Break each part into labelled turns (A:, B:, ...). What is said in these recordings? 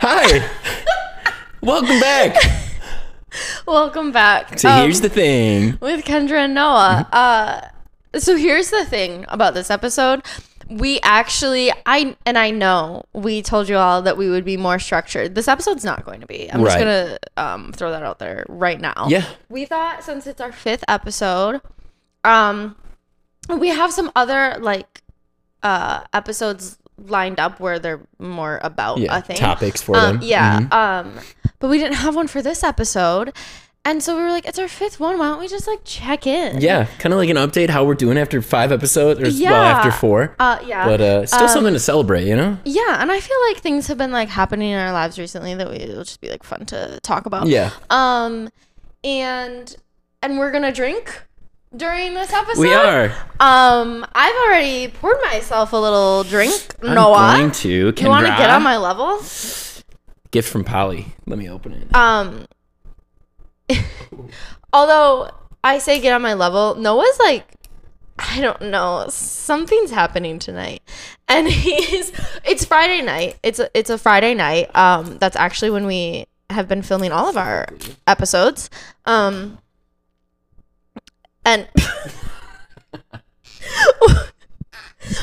A: Hi. Welcome back.
B: Welcome back.
A: So
B: Um,
A: here's the Mm-hmm. thing.
B: with Kendra and Noah. Uh, so here's the thing about this episode. We actually, I and I know we told you all that we would be more structured. This episode's not going to be. I'm just
A: Right.
B: gonna um, throw that out there right now.
A: Um, Yeah.
B: We thought since it's our fifth episode, um, we have some other like uh episodes lined up where they're more about
A: Yeah.
B: a thing.
A: Topics for
B: Um,
A: them. Mm-hmm.
B: Yeah. Um, but we didn't have one for this episode. And so we were like, it's our fifth one. Why don't we just like check in?
A: Yeah. Kind of like an update how we're doing after five episodes or well
B: Yeah.
A: after four.
B: Uh, yeah.
A: but uh, still
B: um,
A: something to celebrate, you know?
B: yeah. And I feel like things have been like happening in our lives recently that we will just be like fun to talk about.
A: Yeah.
B: Um, and and we're gonna drink during this episode.
A: We are.
B: Um, I've already poured myself a little drink.
A: I'm going
B: Noah,
A: to. Kendra,
B: you want to get on my level?
A: gift from Polly? Let me open it.
B: Um, although I say get on my level, Noah's like, I don't know, something's happening tonight, and he's. It's Friday night. It's a, it's a Friday night. Um, that's actually when we have been filming all of our episodes. Um, and.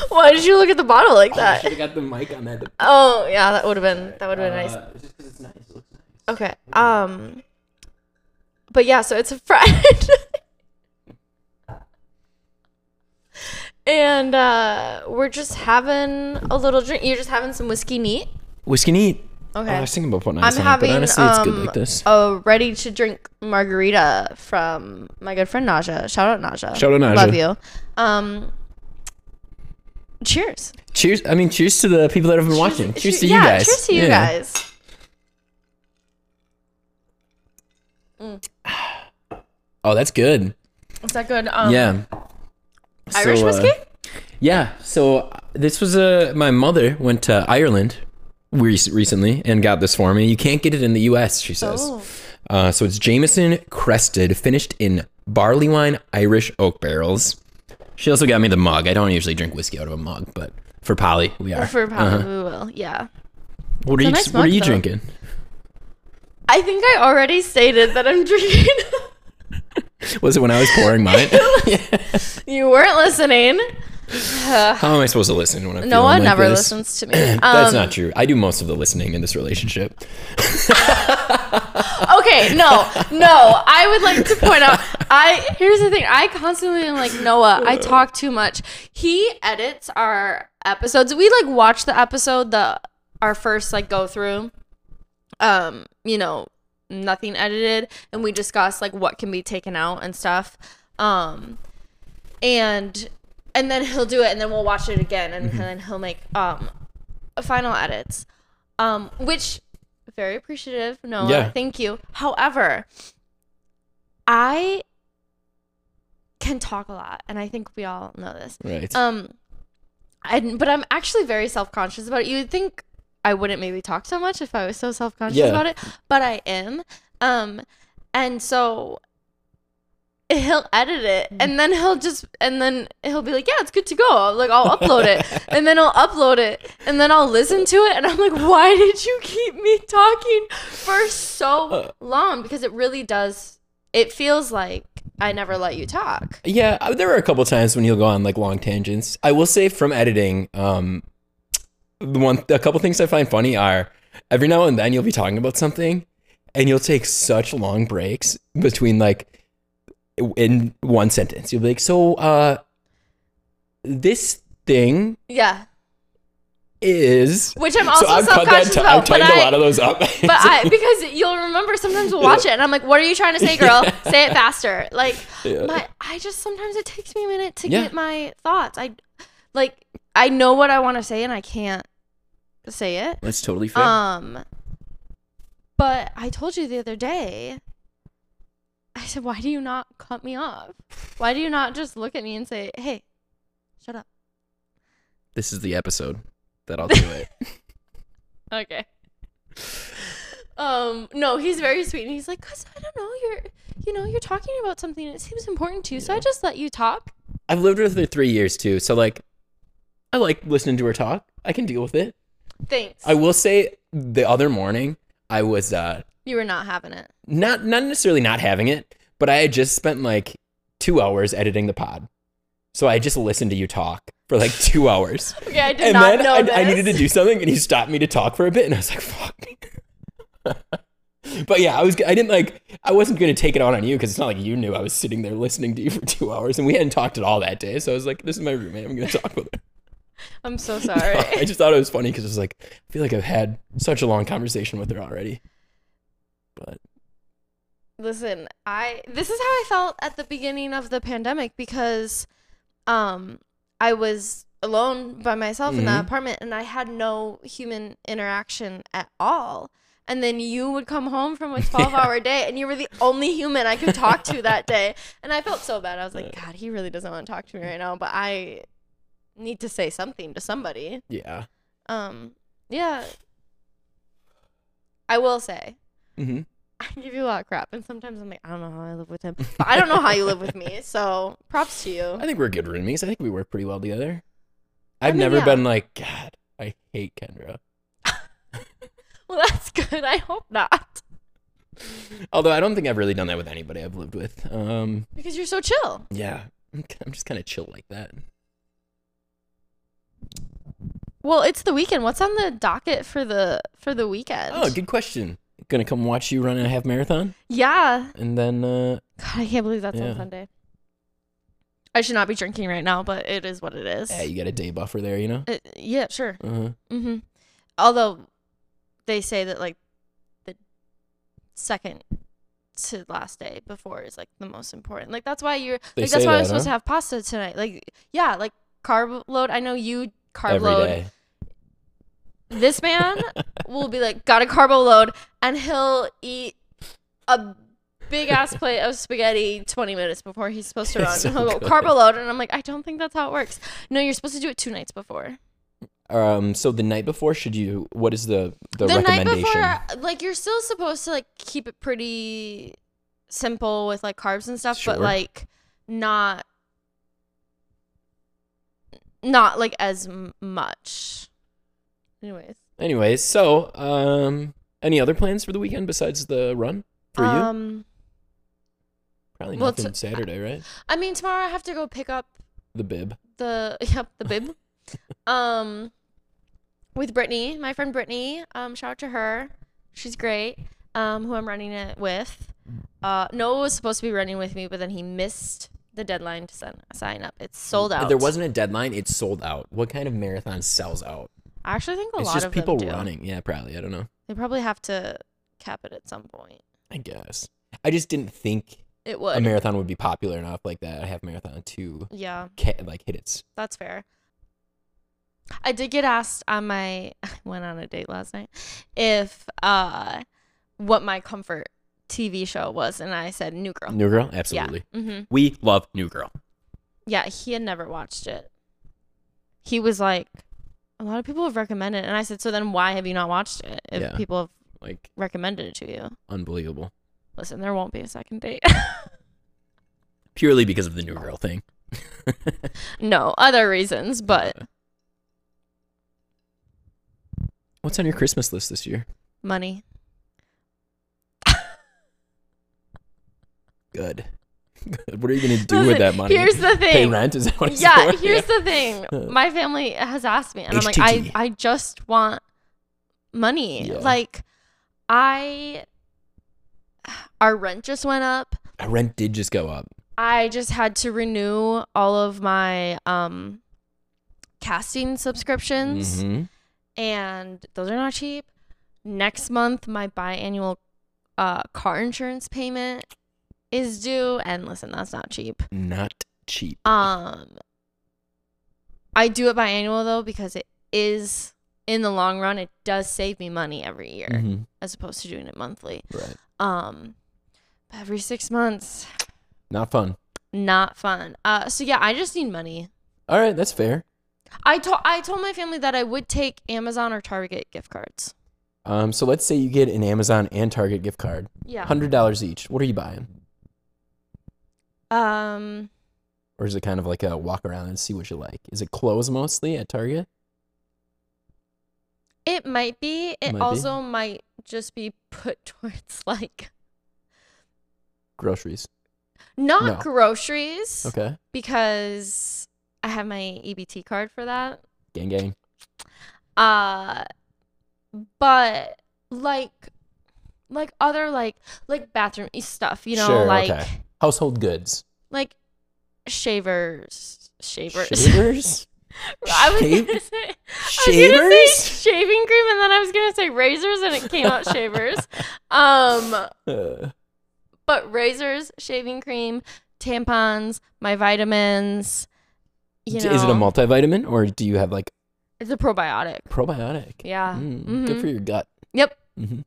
B: Why did you look at the bottle like that?
A: have got the mic on that.
B: Oh yeah, that would have been that would have been
A: Uh,
B: nice.
A: Just because it's nice. It looks nice.
B: Okay. Um. But yeah, so it's a Friday. and uh, we're just having a little drink. You're just having some whiskey neat.
A: Whiskey neat.
B: Okay.
A: I was thinking about putting
B: I'm
A: ice on
B: having
A: it, but honestly, it's good
B: um,
A: like this.
B: a ready to drink margarita from my good friend Naja. Shout out Naja.
A: Shout out Naja.
B: Love you. Um. Cheers.
A: Cheers. I mean, cheers to the people that have been watching. Cheers to you
B: yeah,
A: guys.
B: Cheers to you
A: Yeah.
B: guys.
A: Oh, that's good.
B: Is that good? Um,
A: Yeah.
B: Irish
A: So, uh,
B: whiskey.
A: Yeah. So uh, this was uh, my mother went to Ireland re- recently and got this for me. You can't get it in the U.S. She says.
B: Oh.
A: Uh, so it's Jameson Crested, finished in barley wine, Irish oak barrels. She also got me the mug. I don't usually drink whiskey out of a mug, but for Polly, we are.
B: For
A: Uh-huh.
B: probably we will. Yeah.
A: What are
B: It's a
A: you
B: nice
A: What are
B: mug,
A: you
B: though.
A: drinking?
B: I think I already stated that I'm drinking.
A: Was it when I was pouring mine?
B: you weren't listening.
A: How am I supposed to listen when I'm
B: Noah
A: feeling like
B: never
A: this?
B: listens to me. Um,
A: That's not true. I do most of the listening in this relationship.
B: okay, no, no. I would like to point out. I here's the thing. I constantly am like Noah. I talk too much. He edits our episodes. We like watch the episode the our first like go through. Um, you know, nothing edited, and we discuss like what can be taken out and stuff. Um, and and then he'll do it, and then we'll watch it again, and, then he'll make um final edits. Um, which very appreciative, Noah.
A: Yeah.
B: Thank you. However, I can talk a lot, and I think we all know this.
A: Right.
B: Um, and but I'm actually very self conscious about it. You would think I wouldn't maybe talk so much if I was so self conscious
A: Yeah.
B: about it, but I am. Um, and so he'll edit it,
A: Mm-hmm.
B: and then he'll just, and then he'll be like, "Yeah, it's good to go." Like I'll upload it, and then I'll upload it, and then I'll listen to it, and I'm like, "Why did you keep me talking for
A: Uh.
B: so long?" Because it really does. It feels like I never let you talk.
A: Yeah, I- there are a couple times when you'll go on like long tangents. I will say from editing, um, the one a couple things I find funny are every now and then you'll be talking about something, and you'll take such long breaks between like in one sentence. You'll be like, "So, uh, this thing
B: Yeah.
A: is,"
B: Which I'm also
A: so I've cut that.
B: self-conscious
A: T-
B: about.
A: I've
B: but
A: typed a
B: I-
A: lot of those up.
B: but I because you'll remember sometimes we'll watch it and I'm like, what are you trying to say, girl? Say it faster. Like
A: Yeah.
B: my I just sometimes it takes me a minute to
A: Yeah.
B: get my thoughts. I like I know what I want to say and I can't say it.
A: That's totally fair.
B: Um but I told you the other day I said, why do you not cut me off? Why do you not just look at me and say, hey, shut up?
A: this is the episode that I'll do it.
B: Okay. Um, no, he's very sweet and he's like, Cause I don't know, you're you know, you're talking about something and it seems important to you, so I just let you talk.
A: I've lived with her three years too, so like, I like listening to her talk. I can deal with it.
B: Thanks.
A: I will say the other morning, I was uh,
B: You were not having it.
A: not not necessarily not having it, but I had just spent like two hours editing the pod, so I just listened to you talk for like two hours,
B: Okay, I did
A: and
B: not
A: then
B: know
A: I,
B: this.
A: I needed to do something, and you stopped me to talk for a bit, and I was like, "Fuck." but yeah, I was I didn't like I wasn't gonna take it out on you because it's not like you knew I was sitting there listening to you for two hours, and we hadn't talked at all that day, so I was like, "This is my roommate. I'm gonna talk with her."
B: I'm so sorry.
A: I just thought it was funny because it was like I feel like I've had such a long conversation with her already. But
B: Listen, I this is how I felt at the beginning of the pandemic because um I was alone by myself in that
A: Mhm.
B: apartment and I had no human interaction at all. And then you would come home from a 12-hour day and you were the only human I could talk to that day. And I felt so bad. I was like, god, he really doesn't want to talk to me right now, but I need to say something to somebody.
A: yeah,
B: Um yeah. I will say
A: hmm
B: I give you a lot of crap, and sometimes I'm like, I don't know how I live with him, but I don't know how you live with me. So props to you.
A: I think we're good roommates. I think we work pretty well together.
B: I
A: I've
B: mean,
A: never
B: yeah.
A: been like God. I hate Kendra.
B: Well, that's good. I hope not,
A: Although I don't think I've really done that with anybody I've lived with. Um,
B: because you're so chill.
A: yeah, I'm k- I'm just kind of chill like that.
B: Well, it's the weekend. What's on the docket for the for the weekend?
A: Oh, good question. Gonna come watch you run a half marathon,
B: yeah.
A: and then uh,
B: God, I can't believe that's on
A: Yeah.
B: Sunday. I should not be drinking right now, but it is what it is.
A: yeah, you got a day buffer there, you know.
B: Uh, yeah, sure.
A: Uh-huh.
B: Mm-hmm. Although they say that like the second to last day before is like the most important. Like that's why you're
A: They
B: like that's
A: say
B: why I
A: that,
B: was supposed
A: huh?
B: to have pasta tonight. Like yeah, like carb load. I know you carb
A: Every
B: load.
A: day.
B: This man will be like got a carbo load and he'll eat a big ass plate of spaghetti 20 minutes before he's supposed to
A: It's
B: run.
A: so
B: and he'll go
A: good.
B: carbo load and I'm like I don't think that's how it works. No, you're supposed to do it two nights before.
A: Um, so the night before, should you? What is the the,
B: the night
A: recommendation?
B: before like you're still supposed to like keep it pretty simple with like carbs and stuff but
A: Sure.
B: like not not like as m- much anyways
A: Anyways, so um, any other plans for the weekend besides the run for you?
B: um
A: Probably
B: well,
A: nothing
B: t-
A: Saturday, right?
B: i mean tomorrow i have to go pick up
A: The bib.
B: the yep the bib um with brittany my friend brittany um shout out to her she's great um who i'm running it with uh noah was supposed to be running with me but then he missed the deadline to sign, sign up it's sold out
A: There wasn't a deadline. It sold out. What kind of marathon sells out?
B: i actually think a
A: it's
B: lot
A: just
B: of
A: people
B: them do.
A: running. Yeah, probably. I don't know.
B: they probably have to cap it at some point
A: I guess. I just didn't think
B: it
A: a
B: would
A: marathon would be popular enough like that. I have marathon to
B: yeah
A: ca- like hit its.
B: That's fair. I did get asked on my I went on a date last night if uh what my comfort TV show was and I said New Girl.
A: New Girl,
B: yeah.
A: absolutely.
B: hmm
A: We love New Girl.
B: Yeah, he had never watched it. He was like a lot of people have recommended it and I said so then why have you not watched it if
A: Yeah.
B: people have
A: Like
B: recommended it to you?
A: unbelievable.
B: Listen, there won't be a second date.
A: Purely because of the New Girl thing.
B: no, other reasons, but
A: What's on your Christmas list this year?
B: money.
A: Good. Good. What are you gonna do
B: Listen,
A: with that money?
B: Here's the thing.
A: Pay rent? Is that what it's
B: yeah,
A: for?
B: here's the thing. My family has asked me, and I'm like, I,
A: HTT.
B: I just want money.
A: Yeah.
B: Like, I, our rent just went up.
A: Our rent did just go up.
B: I just had to renew all of my um, casting subscriptions,
A: Mhm.
B: and those are not cheap. Next month, my biannual uh, car insurance payment is due, and listen, that's not cheap.
A: Not cheap.
B: Um, I do it biannual though because it is in the long run it does save me money every year
A: Mhm.
B: as opposed to doing it monthly.
A: Right.
B: Um, but every six months,
A: Not fun.
B: not fun. Uh, so yeah, I just need money.
A: All right, that's fair.
B: I told I told my family that I would take Amazon or Target gift cards.
A: Um, so let's say you get an Amazon and Target gift card,
B: Yeah.
A: hundred dollars each. What are you buying?
B: Um,
A: Or is it kind of like a walk around and see what you like? Is it clothes mostly at Target?
B: It might be.
A: Might
B: It
A: be.
B: also might just be put towards like
A: Groceries.
B: not
A: No.
B: groceries
A: Okay.
B: because I have my EBT card for that.
A: Gang gang.
B: Uh but like like other like like bathroom stuff, you know,
A: Sure,
B: like
A: okay. Household goods.
B: like shavers, shavers.
A: Shavers.
B: I was
A: Shave-
B: gonna say I was gonna
A: Shavers.
B: say shaving cream, and then I was gonna say razors, and it came out shavers. Um,
A: Uh,
B: but razors, shaving cream, tampons, my vitamins. You
A: d-
B: know,
A: is it a multivitamin or do you have like
B: It's a probiotic.
A: probiotic?
B: Yeah.
A: Mm,
B: Mhm.
A: Good for your gut.
B: Yep.
A: hmm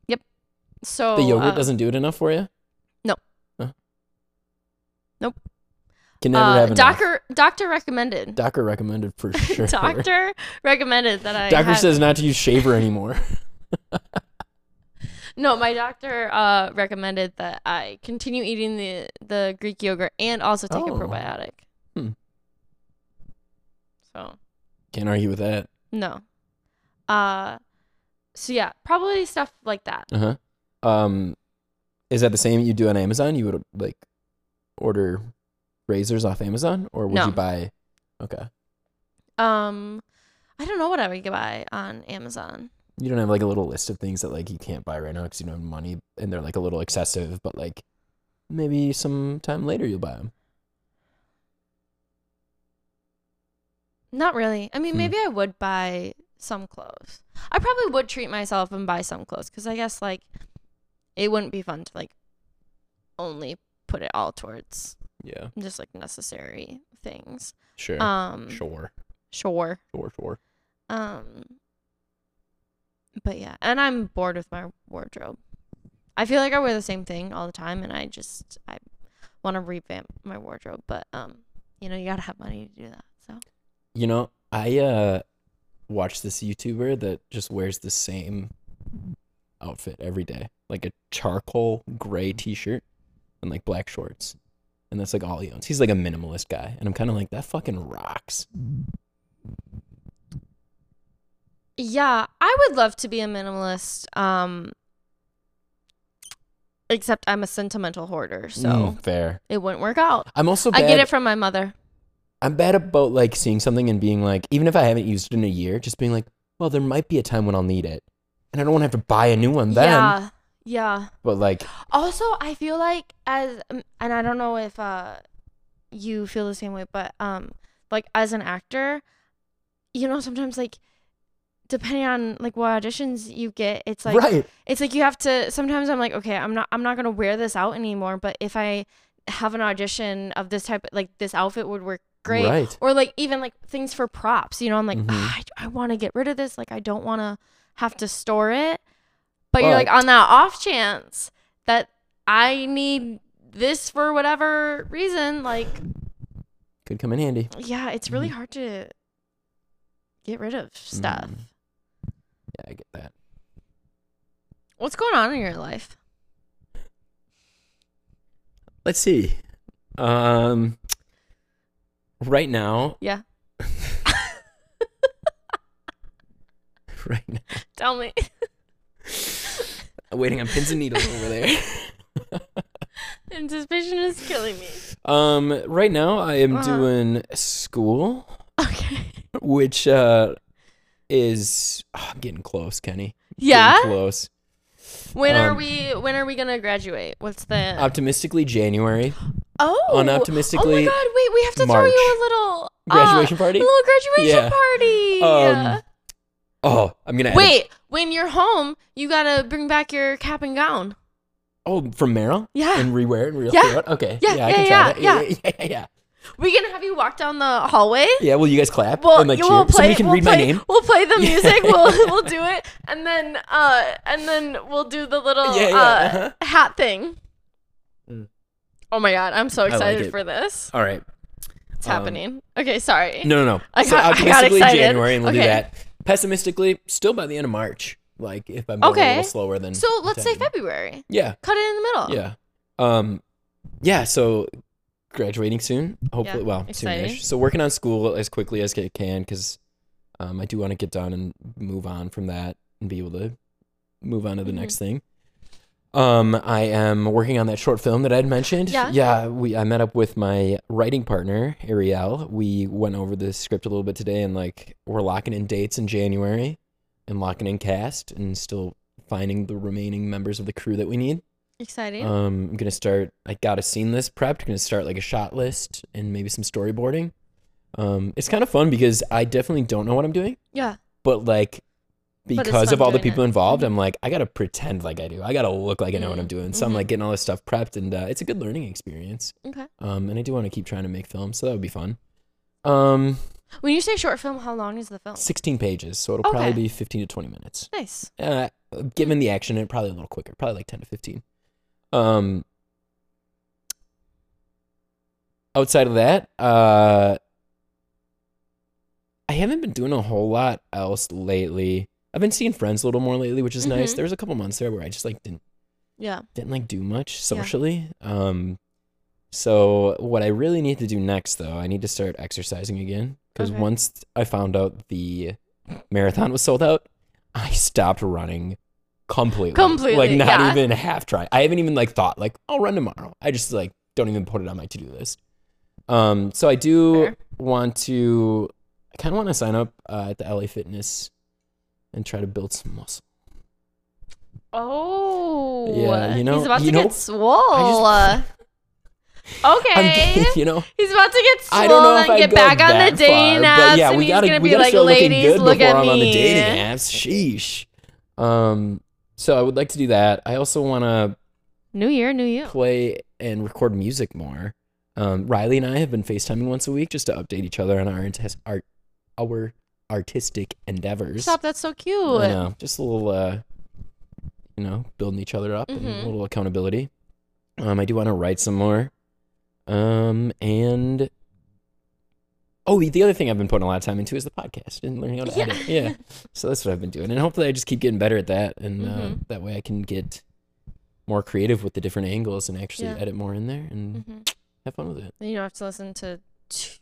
B: So
A: the yogurt
B: uh,
A: doesn't do it enough for you.
B: No.
A: Huh?
B: Nope.
A: Can never
B: uh,
A: have enough.
B: doctor doctor recommended.
A: Doctor recommended for sure.
B: Doctor recommended that I.
A: Doctor
B: had-
A: says not to use shaver anymore.
B: No, my doctor uh, recommended that I continue eating the the Greek yogurt and also take a
A: Oh.
B: probiotic.
A: Hmm.
B: So
A: Can't argue with that.
B: no, uh, so yeah, probably stuff like that.
A: Uh huh. Um, is that the same you do on Amazon? You would like order razors off Amazon, or would
B: No.
A: you buy? Okay,
B: Um, I don't know what I would buy on Amazon.
A: you don't have like a little list of things that like you can't buy right now because you don't have money, and they're like a little excessive. But like maybe sometime later you'll buy them.
B: Not really. I mean,
A: Hmm.
B: maybe I would buy some clothes. I probably would treat myself and buy some clothes because I guess like it wouldn't be fun to like only put it all towards
A: Yeah,
B: just like necessary things.
A: sure,
B: Um, sure.
A: sure, sure, sure.
B: Um, but yeah, and I'm bored with my wardrobe. I feel like I wear the same thing all the time, and I just I want to revamp my wardrobe. But um, you know, you gotta have money to do that. So
A: You know, I uh watch this YouTuber that just wears the same outfit every day, like a charcoal gray
B: Mm-hmm.
A: t-shirt and like black shorts. And that's like all he owns. He's like a minimalist guy, and I'm kind of like that fucking rocks.
B: yeah, I would love to be a minimalist. Um, except I'm a sentimental hoarder, so
A: Mm, fair.
B: it wouldn't work out.
A: I'm also
B: I
A: bad.
B: get it from my mother.
A: I'm bad about like seeing something and being like, even if I haven't used it in a year, just being like, well, there might be a time when I'll need it, and I don't want to have to buy a new one then.
B: yeah, yeah.
A: But like,
B: Also, I feel like as um, and I don't know if uh you feel the same way, but um like as an actor, you know sometimes like depending on like what auditions you get, it's like
A: right?
B: it's like you have to sometimes I'm like, okay, I'm not I'm not going to wear this out anymore, but if I have an audition of this type like this outfit would work great.
A: Right.
B: Or like even like things for props, you know, I'm like
A: Mhm.
B: "Ah, I, I want to get rid of this, like I don't want to have to store it. But you're
A: But-
B: like on that off chance that I need this for whatever reason, like
A: Could come in handy.
B: yeah, it's really hard to get rid of stuff.
A: Mm. Yeah, I get that.
B: What's going on in your life?
A: Let's see. Um, right now,
B: Yeah.
A: right now,
B: Tell me.
A: I'm waiting on pins and needles over there.
B: Anticipation is killing me.
A: Um, right now, I am
B: Uh-huh.
A: doing school,
B: Okay.
A: which uh is oh, I'm getting close, Kenny. Getting
B: Yeah.
A: close.
B: When are
A: Um,
B: we? When are we gonna graduate? What's the?
A: Optimistically, January.
B: oh.
A: unoptimistically,
B: Oh my God! Wait, we have to
A: March.
B: throw you a little uh,
A: Graduation
B: a
A: party.
B: little graduation
A: Yeah.
B: party.
A: Um, oh, I'm gonna edit-
B: Wait, when you're home, you gotta bring back your cap and gown.
A: Oh, from Merrill
B: Yeah,
A: and rewear it and real
B: Yeah.
A: Okay.
B: Yeah,
A: I
B: yeah,
A: can
B: yeah,
A: try that. Yeah, yeah, yeah, yeah.
B: we gonna have you walk down the hallway.
A: Yeah, Will you guys clap
B: Well,
A: and like
B: you
A: cheer?
B: will play.
A: Somebody can
B: we'll
A: read
B: play,
A: my name.
B: We'll play the
A: Yeah.
B: music. We'll we'll do it, and then uh, and then we'll do the little
A: Yeah, yeah,
B: uh,
A: uh-huh.
B: hat thing.
A: Mm.
B: Oh my god! I'm so
A: like
B: excited
A: it.
B: for this.
A: All right.
B: It's
A: Um,
B: happening. Okay, sorry.
A: No, no, no.
B: I
A: so
B: got- I got
A: optimistically
B: excited.
A: January, and we'll
B: Okay.
A: do that. Pessimistically, still by the end of March. Like if I'm going a
B: Okay.
A: little slower than
B: So let's say
A: intended.
B: February.
A: Yeah,
B: Cut it in the middle.
A: yeah, um, yeah. So graduating soon, hopefully.
B: Yeah,
A: well,
B: exciting.
A: soonish. So working on school as quickly as I can because um, I do want to get done and move on from that. and be able to move on to the
B: Mhm.
A: next thing. Um, I am working on that short film that I had mentioned.
B: Yeah.
A: we I met up with my writing partner, Ariel. We went over the script a little bit today and like we're locking in dates in January and locking in cast and still finding the remaining members of the crew that we need.
B: Exciting.
A: Um, I'm gonna start. I got a scene list prepped. Gonna start like a shot list and maybe some storyboarding. Um, it's kind of fun because I definitely don't know what I'm doing,
B: yeah.
A: but like
B: it's
A: because of
B: fun
A: all the
B: doing it. Mm-hmm.
A: people involved, I'm like I gotta pretend like I do. I gotta look like I know what I'm
B: Mm,
A: doing. So I'm like getting all this stuff prepped, and uh, it's a good learning experience.
B: Okay.
A: Um, and I do want to keep trying to make films, so that would be fun. Um,
B: When you say short film, how long is the film?
A: 16 pages, so it'll
B: Oh. Okay.
A: probably be 15 to 20 minutes.
B: Nice.
A: uh, given the action, it probably a little quicker, probably like ten to fifteen. Um, outside of that, uh, I haven't been doing a whole lot else lately. I've been seeing friends a little more lately, which is nice.
B: Mhm.
A: There was a couple months there where I just like didn't
B: Yeah.
A: didn't like do much
B: Yeah.
A: socially. Um, so what I really need to do next, though, I need to start exercising again because
B: Okay.
A: once I found out the marathon was sold out, I stopped running completely. like
B: Completely,
A: not
B: yeah.
A: even half try. I haven't even like thought like I'll run tomorrow. I just like don't even put it on my to do list. Um, so I do
B: Fair.
A: want to. I kind of want to sign up uh, at the LA Fitness and try to build some muscle.
B: Oh.
A: Yeah, you know-
B: He's about
A: you
B: to
A: know,
B: get swole.
A: I I'm
B: okay.
A: getting- you know.
B: He's about to get swole
A: I don't know if
B: and
A: I
B: get
A: go
B: back on
A: that
B: the dating
A: far,
B: apps.
A: but yeah,
B: and
A: we
B: he's
A: gotta
B: gonna
A: we
B: be
A: gotta
B: like,
A: start looking
B: ladies,
A: good
B: look
A: before
B: at
A: I'm
B: me.
A: on the dating apps. Sheesh. Um, so I would like to do that. I also want to
B: New year, new you.
A: play and record music more. Um, Riley and I have been FaceTiming once a week just to update each other on our intes- our, our artistic endeavors.
B: Stop. That's so cute.
A: I know, just a little, uh, you know, building each other up and
B: Mhm.
A: a little accountability. Um, I do want to write some more. Um, and oh, the other thing I've been putting a lot of time into is the podcast and learning how to
B: Yeah.
A: edit. Yeah, so that's what I've been doing, and hopefully, I just keep getting better at that, and uh,
B: Mhm.
A: that way I can get more creative with the different angles and actually
B: Yeah.
A: edit more in there and
B: Mm-hmm.
A: have fun with it.
B: You don't have to listen to t-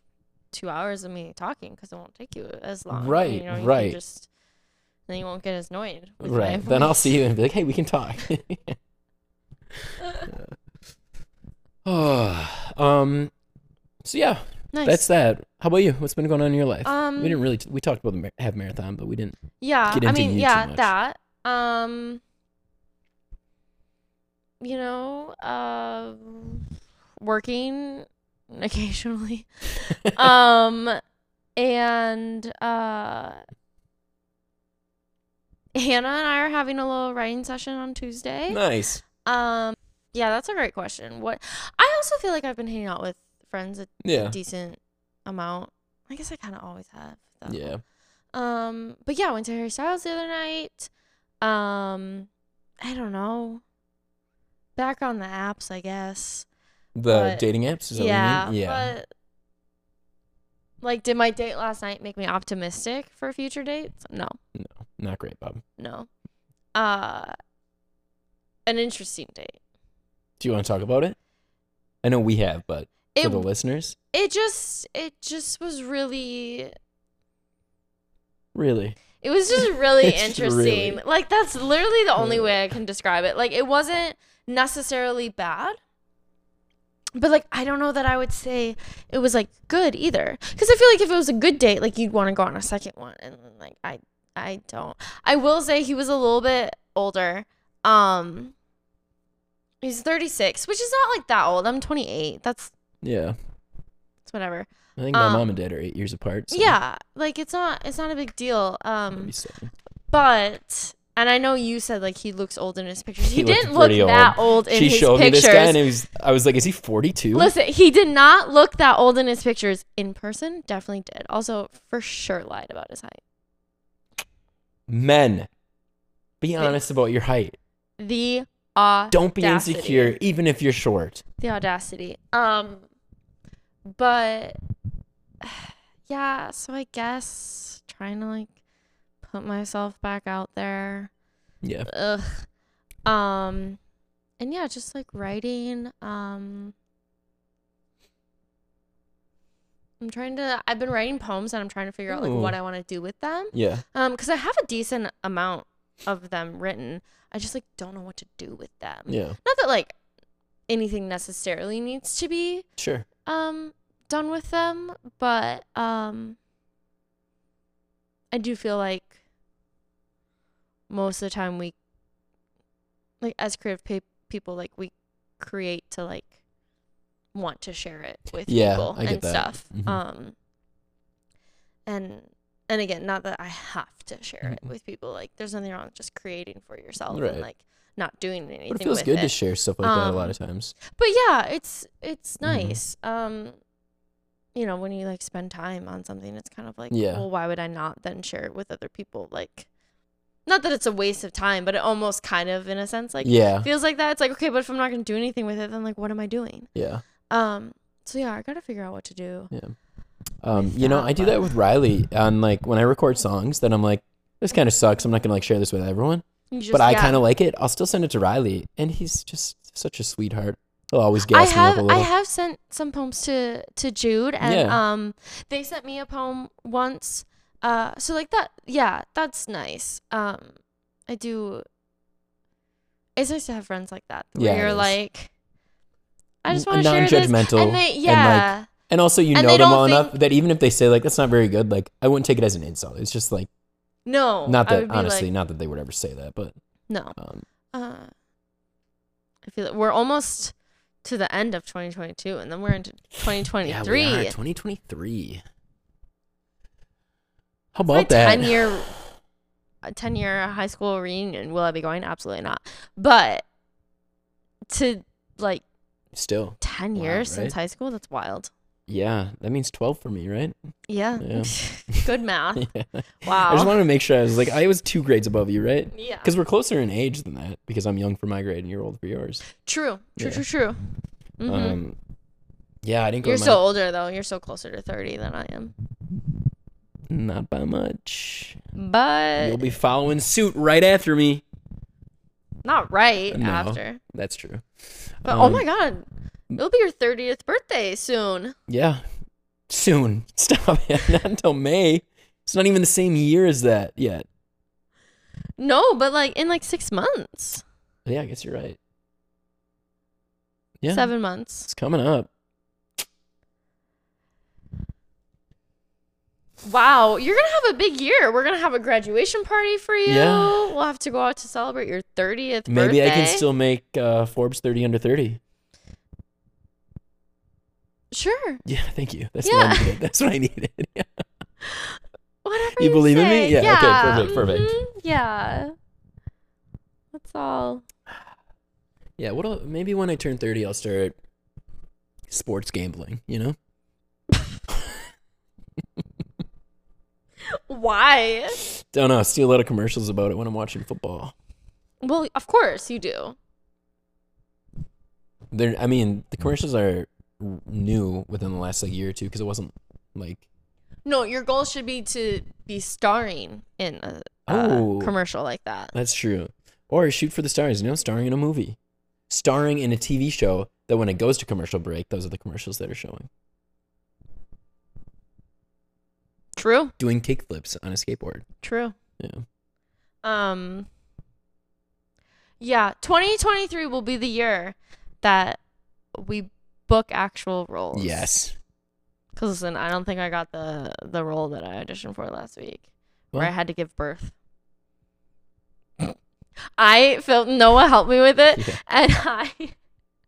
B: two hours of me talking because it won't take you as long.
A: Right,
B: You know, you can
A: right.
B: just then you won't get as annoyed. With my
A: Right. Then I'll
B: voice.
A: see you and be like, hey, we can talk. oh, um, so yeah,
B: Nice.
A: that's that. How about you? What's been going on in your life?
B: um.
A: we didn't really, we talked about the mar- half marathon, but we didn't.
B: yeah.
A: get
B: I
A: into
B: mean,
A: you too
B: yeah,
A: much.
B: that. Um. You know, uh, working occasionally. um, and uh. Hannah and I are having a little writing session on Tuesday.
A: Nice.
B: Um, yeah, that's a great question. What I also feel like I've been hanging out with friends a
A: Yeah.
B: decent amount. I guess I kind of always have. Though.
A: Yeah.
B: Um, but yeah, I went to Harry Styles the other night. Um, I don't know. Back on the apps, I guess.
A: The
B: But-
A: dating apps? Is that
B: yeah.
A: What you mean? Yeah.
B: But like, did my date last night make me optimistic for future dates? No.
A: Not great, Bob.
B: No. Uh, an interesting date.
A: Do you want to talk about it? I know we have, but for
B: It
A: the listeners,
B: it just it just was really
A: really.
B: it was just really
A: It's
B: interesting
A: really-
B: like that's literally the only
A: Yeah.
B: way i can describe it like it wasn't necessarily bad but like i don't know that i would say it was like good either because i feel like if it was a good date like you'd want to go on a second one and like i i don't i will say he was a little bit older um he's 36 which is not like that old i'm 28 that's
A: Yeah.
B: it's whatever
A: I think my
B: Um,
A: mom and dad are eight years apart. So
B: yeah like it's not it's not a big deal um
A: maybe seven.
B: But and I know you said like he looks old in his pictures. He,
A: He looked
B: didn't look
A: pretty
B: that old in
A: She
B: his
A: showed me
B: pictures.
A: this guy, and it was, I was like, is he 42?
B: Listen, he did not look that old in his pictures. In person, definitely did. Also, for sure lied about his height.
A: Men, be honest about your height.
B: The audacity.
A: Don't be insecure, even if you're short.
B: The audacity. Um, but yeah. So I guess trying to like put myself back out there.
A: Yeah.
B: ugh. Um, and yeah, just like writing. Um, I'm trying to. I've been writing poems, and I'm trying to figure out like
A: Ooh.
B: what I want to do with them.
A: Yeah.
B: Um, because I have a decent amount of them written. I just like don't know what to do with them.
A: Yeah.
B: Not that like anything necessarily needs to be
A: Sure.
B: um done with them, but um I do feel like most of the time we like as creative pe- people like we create to like want to share it with
A: Yeah,
B: people
A: I get
B: and
A: that.
B: stuff.
A: Mhm.
B: Um and and again, not that I have to share it
A: Mhm.
B: with people. Like there's nothing wrong with just creating for yourself
A: Right.
B: and like not doing anything
A: But it feels
B: with
A: good
B: it
A: to share stuff like that a lot
B: Um,
A: of times.
B: but yeah it's it's
A: Mhm.
B: nice um you know when you like spend time on something it's kind of like
A: Yeah.
B: well why would i not then share it with other people like not that it's a waste of time but it almost kind of in a sense like
A: yeah.
B: feels like that it's like okay but if i'm not gonna do anything with it then like what am i doing
A: Yeah.
B: um so yeah i gotta figure out what to do
A: Um, you know,
B: that,
A: I do
B: but-
A: that with Riley on like when I record songs that I'm like, this kind of sucks. I'm not gonna like share this with everyone,
B: You just-
A: but I
B: yeah.
A: kind of like it. I'll still send it to Riley, and he's just such a sweetheart. He'll always
B: I
A: gas me up a
B: have I
A: little.
B: have sent some poems to to Jude and
A: Yeah.
B: um they sent me a poem once. Uh so like that yeah, that's nice. Um I do it's nice to have friends like that where
A: Yeah, it
B: you're
A: is.
B: like I just
A: N-
B: want to share this
A: non-judgmental
B: and they
A: and, like,
B: yeah.
A: and also, you
B: and
A: know
B: they
A: them
B: don't
A: well enough
B: think-
A: that even if they say like that's not very good, like I wouldn't take it as an insult. It's just like
B: no.
A: not
B: Oh, I
A: that
B: would be
A: honestly,
B: like,
A: not that they would ever say that, but
B: no.
A: um,
B: Uh I feel like we're almost to the end of 2022 and then we're into 2023.
A: Yeah, we are. 2023. How
B: my
A: about that?
B: ten year, a ten year high school reunion. Will I be going? Absolutely not. But to like
A: Still,
B: ten
A: Wow,
B: years since
A: right?
B: high school, that's wild.
A: yeah, that means 12 for me, right?
B: Yeah.
A: Yeah.
B: Good math.
A: Yeah. I
B: Wow.
A: just wanted to make sure I was like, I was two grades above you, right?
B: yeah.
A: Because we're closer in age than that, because I'm young for my grade and you're old for yours.
B: True. True.
A: Yeah.
B: True. True. hmm
A: Um, yeah, I didn't go.
B: You're
A: to my-
B: so older though. You're so closer to thirty than I am.
A: not by much.
B: But
A: You'll be following suit right after me.
B: not right
A: No.
B: after.
A: That's true.
B: But oh
A: Um,
B: my god, it'll be your thirtieth birthday soon.
A: Yeah, soon. Stop it. Not until May. It's not even the same year as that yet.
B: No, but like in like six months,
A: Yeah, I guess you're right. Yeah,
B: seven months.
A: it's coming up.
B: Wow, you're gonna have a big year. We're gonna have a graduation party for you.
A: Yeah.
B: We'll have to go out to celebrate your 30th
A: Maybe
B: birthday.
A: I can still make uh, Forbes 30 under 30.
B: Sure.
A: Yeah, thank you. That's
B: Yeah.
A: what I needed. That's what I needed. Yeah.
B: Whatever.
A: You believe in me?
B: say.
A: Yeah, okay, perfect, perfect.
B: mhm, Yeah. That's all.
A: Yeah, what maybe when I turn 30 I'll start sports gambling, you know?
B: Why?
A: Don't know, I see a lot of commercials about it when I'm watching football.
B: Well, of course you do.
A: They're I mean, the commercials are r- new within the last like year or two cuz it wasn't like
B: No, your goal should be to be starring in a, a
A: Oh.
B: commercial like that.
A: that's true. Or shoot for the stars, you know, starring in a movie. Starring in a TV show that when it goes to commercial break, those are the commercials that are showing.
B: True.
A: Doing kickflips on a skateboard.
B: True.
A: Yeah.
B: Um Yeah, 2023 will be the year that we book actual roles.
A: Yes.
B: Cuz listen, I don't think I got the the role that I auditioned for last week where I
A: What?
B: had to give birth. I filmed Noah helped me with it
A: Yeah.
B: and I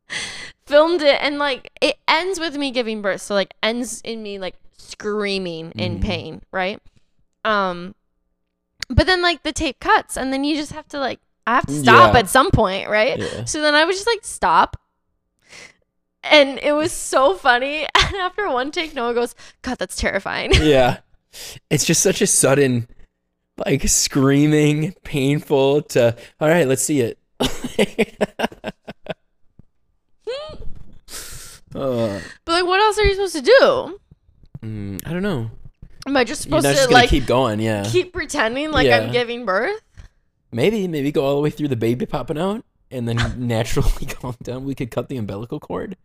B: filmed it and like it ends with me giving birth. So like ends in me like screaming in
A: Mhm.
B: pain, right? Um but then like the tape cuts and then you just have to like I have to stop
A: Mm, Yeah.
B: at some point, right?
A: Yeah.
B: So then I would just like stop. And it was so funny. And after one take, Noah goes, God, that's terrifying.
A: yeah. It's just such a sudden, like screaming, painful to, all right, let's see it. Uh,
B: But like, what else are you supposed to do?
A: mm, I don't know.
B: Am I just
A: You're
B: supposed
A: not just
B: to
A: going
B: like
A: to
B: keep,
A: keep going. Yeah.
B: pretending like
A: Yeah.
B: I'm giving birth?
A: maybe, maybe go all the way through the baby popping out and then naturally calm down. We could cut the umbilical cord.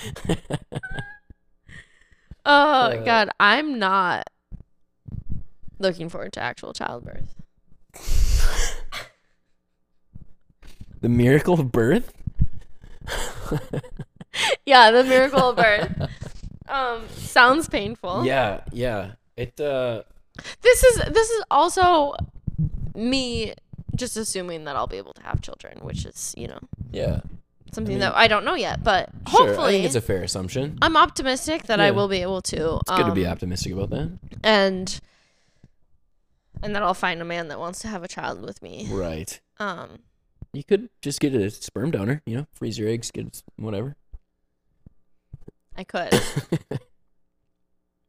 B: Oh
A: Uh,
B: Oh, God, I'm not. looking forward to actual childbirth.
A: The miracle of birth?
B: Yeah, the miracle of birth. Um, sounds painful.
A: Yeah, yeah. It uh
B: This is this is also me just assuming that I'll be able to have children, which is, you know,
A: yeah.
B: something
A: mean-
B: that I don't know yet, but
A: Sure, I
B: hopefully
A: think it's a fair assumption.
B: I'm optimistic that I
A: Yeah.
B: will be able to. It's
A: Good to be optimistic about that.
B: And and that I'll find a man that wants to have a child with me.
A: Right.
B: Um,
A: You could just get a sperm donor, you know, freeze your eggs, get whatever.
B: I could.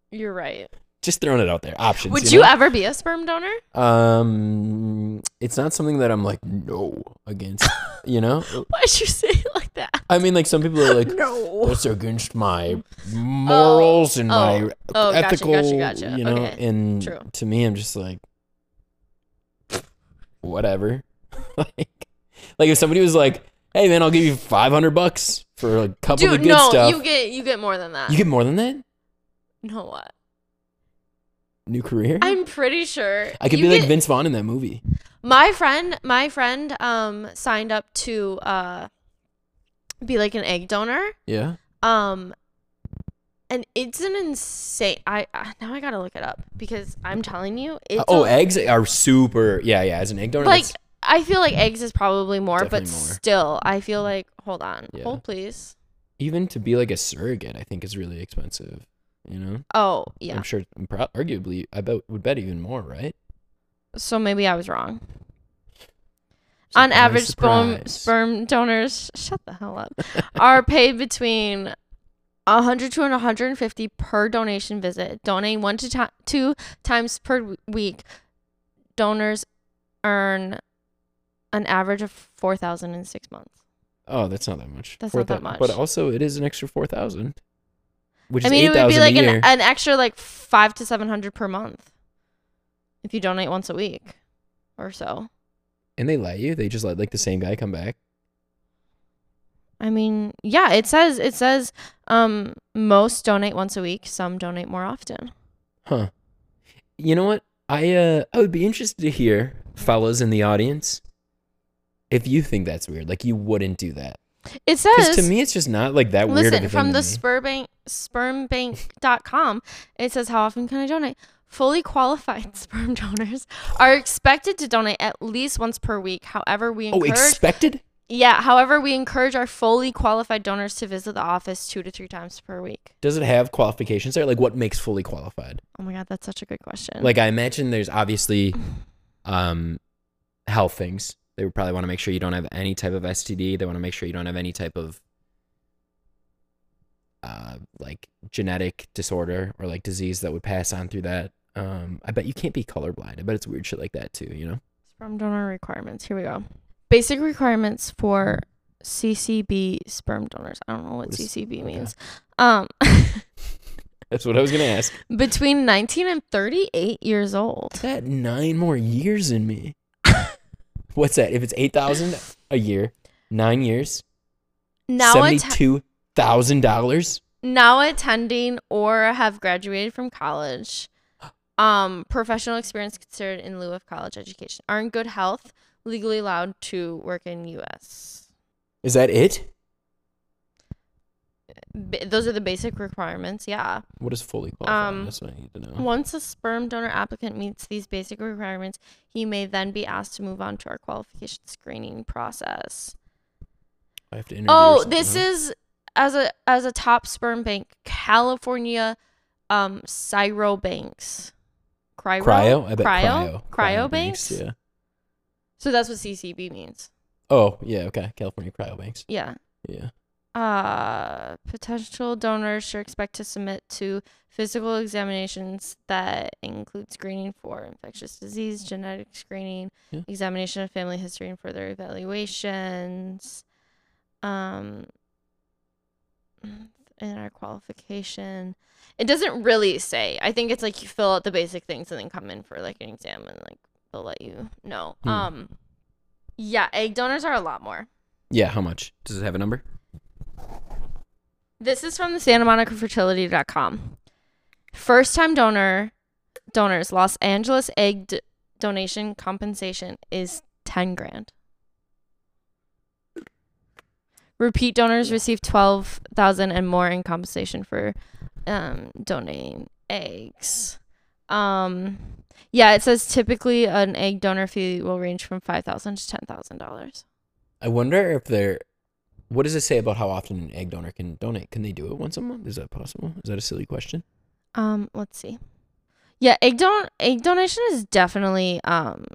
B: You're right.
A: just throwing it out there. Options.
B: Would
A: you
B: you
A: know?
B: ever be a sperm donor?
A: Um, it's not something that I'm like no against. You know,
B: Why'd you say it like that?
A: I mean, like some people are like
B: No.
A: that's against my morals and
B: oh,
A: my
B: oh, gotcha,
A: ethical.
B: gotcha, gotcha.
A: You know,
B: Okay,
A: and
B: true.
A: to me, I'm just like whatever. like, like if somebody was like, "Hey, man, I'll give you 500 bucks for a couple of the
B: Dude,
A: good
B: no,
A: stuff,"
B: you get you get more than that.
A: You get more than that.
B: no what?
A: New career.
B: I'm pretty sure.
A: I could
B: you
A: be like
B: get-
A: Vince Vaughn in that movie.
B: My friend, my friend, um, signed up to uh, be like an egg donor.
A: Yeah.
B: Um, and it's an insane. I I- now I gotta look it up because I'm telling you, it's
A: oh,
B: a-
A: eggs are super. Yeah, yeah. As an egg donor,
B: like
A: that's-
B: I feel like eggs is probably more, but
A: Definitely more.
B: still, I feel like hold on,
A: Yeah.
B: hold please.
A: even to be like a surrogate, I think is really expensive. You know,
B: Oh yeah,
A: I'm sure, I'm pro- arguably, I bet would bet even more, right?
B: so maybe I was wrong. On average, sperm
A: surprise.
B: sperm donors shut the hell up are paid between. 100 to 150 per donation visit. Donating one to ti two times per w- week, donors earn an average of 4,000 in six months.
A: Oh, that's not that much.
B: That's not that
A: 4,000
B: much.
A: But also, it is an extra four thousand, which
B: I
A: is
B: mean,
A: eight
B: it would be
A: thousand
B: like
A: a year.
B: an, an extra like five to seven hundred per month if you donate once a week or so. e-
A: and they let you. They just let like the same guy come back.
B: I mean, yeah, it says it says um, most donate once a week, some donate more often.
A: Huh. You know what? I uh I would be interested to hear, fellas in the audience, if you think that's weird. Like you wouldn't do that.
B: It
A: Because
B: says
A: to me, it's just not like that weird. of
B: listen
A: a
B: from
A: thing
B: the
A: to me.
B: spermbank spermbank.com it says how often can i donate fully qualified sperm donors are expected to donate at least once per week however we
A: Oh,
B: encourage
A: expected?
B: Yeah, however, we encourage our fully qualified donors to visit the office two to three times per week.
A: Does it have qualifications there? Like, what makes fully qualified?
B: Oh my god, that's such a good question.
A: Like, I imagine there's obviously um, health things. They would probably want to make sure you don't have any type of STD. They want to make sure you don't have any type of uh, like genetic disorder or like disease that would pass on through that. Um, I bet you can't be colorblind. I bet it's weird shit like that too. You know?
B: sperm donor requirements. Here we go. Basic requirements for CCB sperm donors. I don't know what
A: What is-
B: CCB
A: okay.
B: means. Um,
A: That's what I was gonna ask.
B: between 19 and 38 years old.
A: That nine more years in me. What's that? If it's eight thousand a year, nine years,
B: Now atta-
A: seventy-two thousand dollars.
B: now attending or have graduated from college um professional experience considered in lieu of college education are in good health legally allowed to work in us
A: Is that it?
B: B- those are the basic requirements yeah
A: What is fully qualified?
B: Um,
A: That's what I need to know.
B: once a sperm donor applicant meets these basic requirements he may then be asked to move on to our qualification screening process
A: I have to interview.
B: Oh, this is as a as a top sperm bank, California um Cyro Banks. Cryo?
A: cryo. I bet
B: cryo?
A: cryo.
B: Cryo banks?
A: Yeah.
B: So that's what CCB means.
A: Oh, yeah. Okay. California cryo banks.
B: Yeah.
A: Yeah.
B: Uh potential donors should expect to submit to physical examinations that include screening for infectious disease, genetic screening,
A: Yeah.
B: examination of family history and further evaluations. Um in our qualification. It doesn't really say. I think it's like you fill out the basic things and then come in for like an exam and like they'll let you know.
A: Hmm.
B: Um yeah, egg donors are a lot more.
A: Yeah. How much? Does it have a number?
B: This is from the Santa Monica Fertility.com. First time donor donors, Los Angeles egg d- donation compensation is 10 grand. Repeat donors receive 12,000 and more in compensation for um, donating eggs. Um, yeah, it says typically an egg donor fee will range from 5000 to $10,000.
A: I wonder if they're. What does it say about how often an egg donor can donate? Can they do it once a month? Is that possible? Is that a silly question?
B: Um, let's see. Yeah, egg don egg donation is definitely um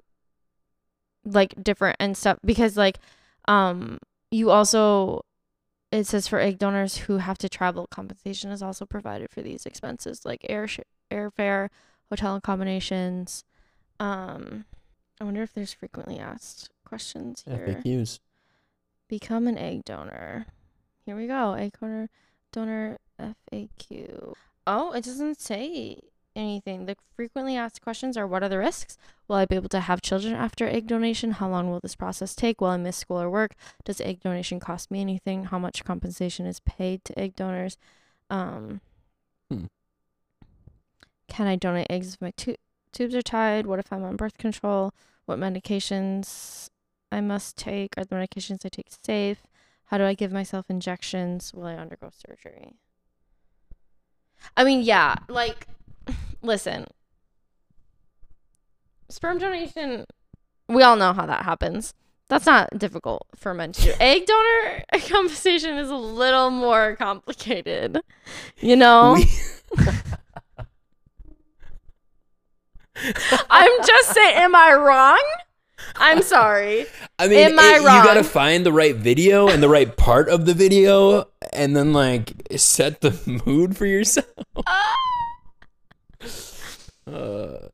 B: like different and stuff because like um you also it says for egg donors who have to travel compensation is also provided for these expenses like air sh- airfare, hotel accommodations. Um I wonder if there's frequently asked questions here.
A: FAQs.
B: Become an egg donor. Here we go. Egg donor donor FAQ. Oh, it doesn't say anything. The frequently asked questions are what are the risks? Will I be able to have children after egg donation? How long will this process take? Will I miss school or work? Does egg donation cost me anything? How much compensation is paid to egg donors? Um
A: Hmm.
B: Can I donate eggs if my tu- tubes are tied? What if I'm on birth control? What medications I must take? Are the medications I take safe? How do I give myself injections? Will I undergo surgery? I mean, yeah, like, listen, sperm donation, we all know how that happens. That's not difficult for men to do. Egg donor conversation is a little more complicated, you know?
A: We-
B: I'm just saying, am I wrong? I'm sorry.
A: I mean,
B: Am I
A: it- you gotta
B: wrong?
A: find the right video and the right part of the video, and then like set the mood for yourself. Uh,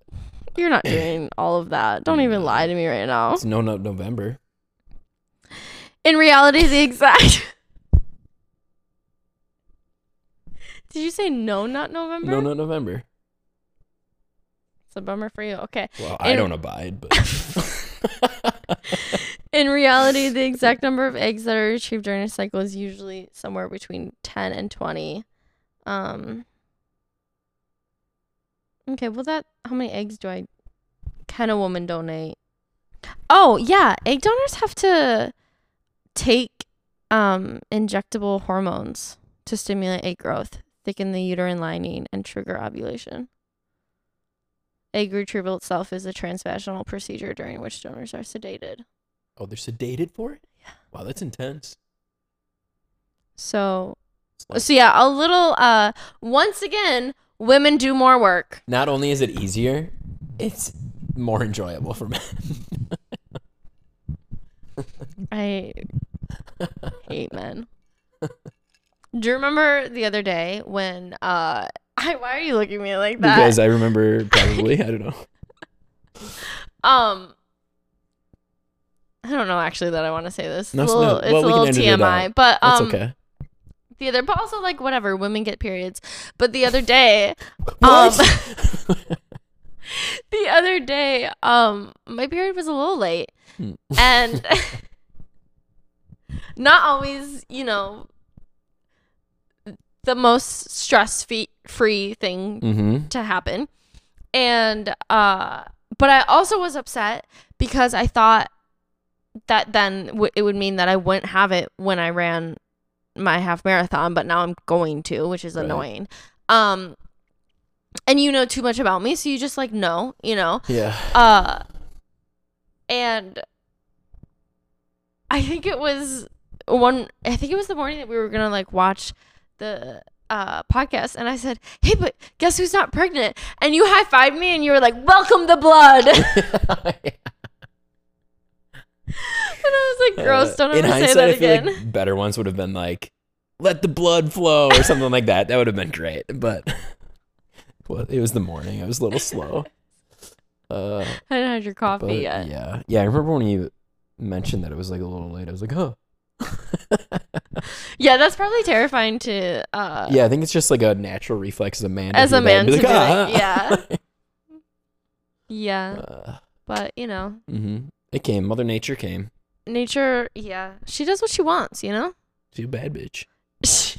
B: You're not doing all of that. Don't even lie to me right now.
A: it's no, no November.
B: In reality, the exact. Did you say no, not November?
A: No, no November.
B: It's a bummer for you. Okay.
A: Well, I
B: And-
A: don't abide, but
B: In reality, the exact number of eggs that are retrieved during a cycle is usually somewhere between 10 and 20. Um, okay, well, that how many eggs do I can a woman donate? Oh, yeah, egg donors have to take um, injectable hormones to stimulate egg growth, thicken the uterine lining, and trigger ovulation. Egg retrieval itself is a transvaginal procedure during which donors are sedated.
A: oh, they're sedated for it. Wow, that's intense.
B: So,
A: It's like-
B: so yeah, a little. Uh, once again, women do more work.
A: not only is it easier, it's more enjoyable for men.
B: I hate men. Do you remember the other day when? Uh, I, why are you looking at me like that?
A: because I remember probably I don't know.
B: um, I don't know actually that I want to say this.
A: No,
B: it's
A: it's
B: a little,
A: not.
B: it's
A: Well,
B: a
A: we can
B: little
A: edit it
B: TMI,
A: out.
B: but
A: That's
B: um,
A: okay.
B: the other, but also like whatever, women get periods. But the other day, um,
A: What?
B: the other day, um, my period was a little late,
A: Hmm.
B: and not always, you know, the most stress fe- free thing
A: mm-hmm.
B: to happen, and uh, but I also was upset because I thought that then w- it would mean that I wouldn't have it when I ran my half marathon, but now I'm going to, which is
A: Right.
B: annoying. Um, and you know too much about me, so you just like know, you know.
A: Yeah.
B: Uh and I think it was one I think it was the morning that we were gonna like watch the uh podcast and I said, Hey, but guess who's not pregnant? And you high fived me and you were like, Welcome the blood And I was like, Gross, don't
A: Uh, in
B: ever say
A: hindsight,
B: that
A: I feel
B: again.
A: Like better ones would have been like, "Let the blood flow" or something like that. That would have been great. But well, it was the morning. I was a little slow. Uh,
B: I didn't have your coffee
A: but
B: yet.
A: yeah, yeah. I remember when you mentioned that it was like a little late. I was like, "Huh."
B: Yeah, that's probably terrifying to uh
A: yeah, I think it's just like a natural reflex as a man. to
B: as
A: do
B: a
A: that
B: man
A: and be
B: to do
A: like, "Ah."
B: it. Yeah. Yeah.
A: Uh,
B: But you know,
A: hmm It came. Mother Nature came.
B: nature yeah. She does what she wants, you know?
A: She's a bad bitch.
B: Shut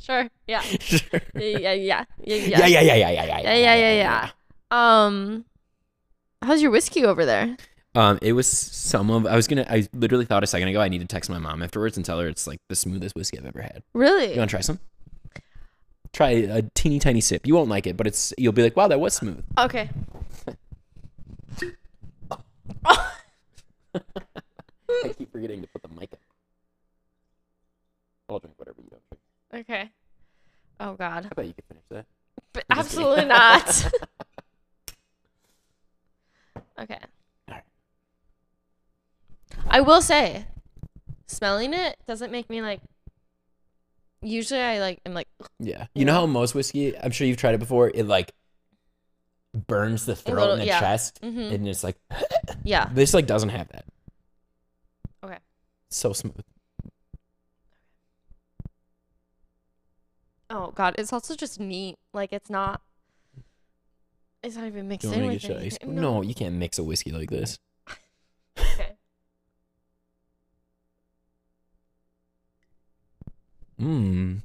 B: Sure. Yeah.
A: Sure.
B: Yeah. Yeah. Yeah. Yeah.
A: Yeah, yeah, yeah, yeah, yeah, yeah,
B: Yeah. Yeah. Yeah. Yeah. Um, how's your whiskey over there?
A: Um, it was some of I was gonna I literally thought a second ago I need to text my mom afterwards and tell her it's like the smoothest whiskey I've ever had.
B: Really?
A: You wanna try some? Try a teeny tiny sip. You won't like it, but it's you'll be like, wow, that was smooth.
B: Okay.
A: I keep forgetting to put the mic up. I'll drink whatever you don't drink.
B: Okay. Oh God.
A: I bet you could finish that.
B: But
A: I'm just kidding.
B: absolutely not. okay.
A: Alright.
B: I will say, smelling it doesn't make me like. Usually, I like. I'm like.
A: Yeah. You know how most whiskey, I'm sure you've tried it before, it like burns the throat
B: little-
A: and the
B: yeah.
A: chest
B: hmm
A: and it's like
B: Yeah.
A: this like doesn't have that.
B: Okay.
A: So smooth.
B: Oh God. It's also just neat. Like it's not. It's not even
A: Do
B: mixed
A: you
B: in
A: want to get
B: with
A: you ice?
B: anything.
A: No. you can't mix a whiskey like this.
B: Okay.
A: Mmm.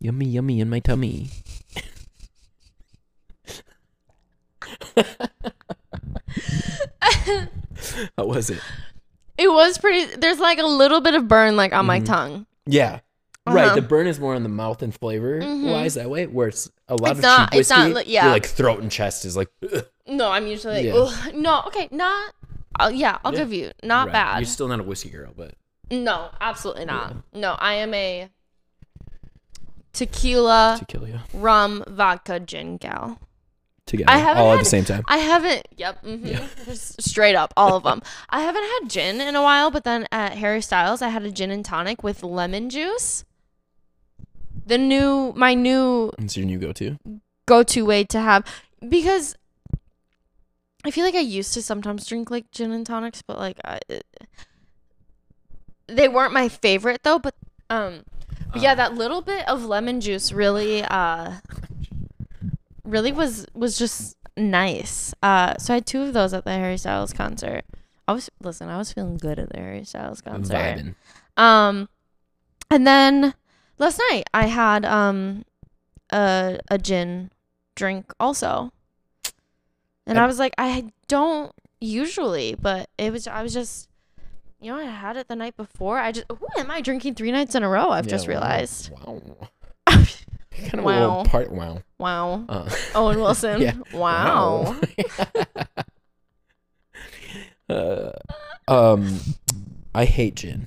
A: Yummy, yummy in my tummy. How was it?
B: It was pretty. There's like a little bit of burn like on my
A: Mhm.
B: tongue.
A: Yeah. Right.
B: Uh-huh.
A: The burn is more on the mouth and flavor
B: Mhm.
A: wise that way, where it's a lot
B: It's
A: of
B: not-
A: cheap
B: it's
A: whiskey.
B: not li- yeah.
A: Your, like throat and chest is like ugh,
B: No, I'm usually
A: Yeah.
B: like, "Ugh." no. Okay, not. Oh yeah, I'll
A: Yeah.
B: give you not
A: right.
B: bad.
A: You're still not a whiskey girl, but
B: no, absolutely not. No, I am a tequila,
A: tequila
B: rum, vodka, gin gal.
A: together
B: I haven't
A: all at
B: had-
A: the same time.
B: I haven't. Yep. mhm. Just straight up, all of them. I haven't had gin in a while, but then at Harry Styles, I had a gin and tonic with lemon juice. The new, my new
A: It's your new go-to.
B: go to way to have because I feel like I used to sometimes drink like gin and tonics, but like I, it- they weren't my favorite though. But um, but yeah, that little bit of lemon juice really uh really was was just nice. Uh, so I had two of those at the Harry Styles concert. I was listen, I was feeling good at the Harry Styles
A: I'm
B: concert.
A: vibing.
B: Um, and then last night I had um a a gin drink also, and I was like, I don't usually, but it was I was just, you know, I had it the night before. I just who am I drinking three nights in a row? I've
A: Yeah,
B: just
A: wow.
B: realized.
A: Wow. kind of a
B: Wow.
A: little part. Wow.
B: Wow,
A: Uh,
B: Owen Wilson.
A: Yeah.
B: Wow.
A: Uh, um, I hate gin.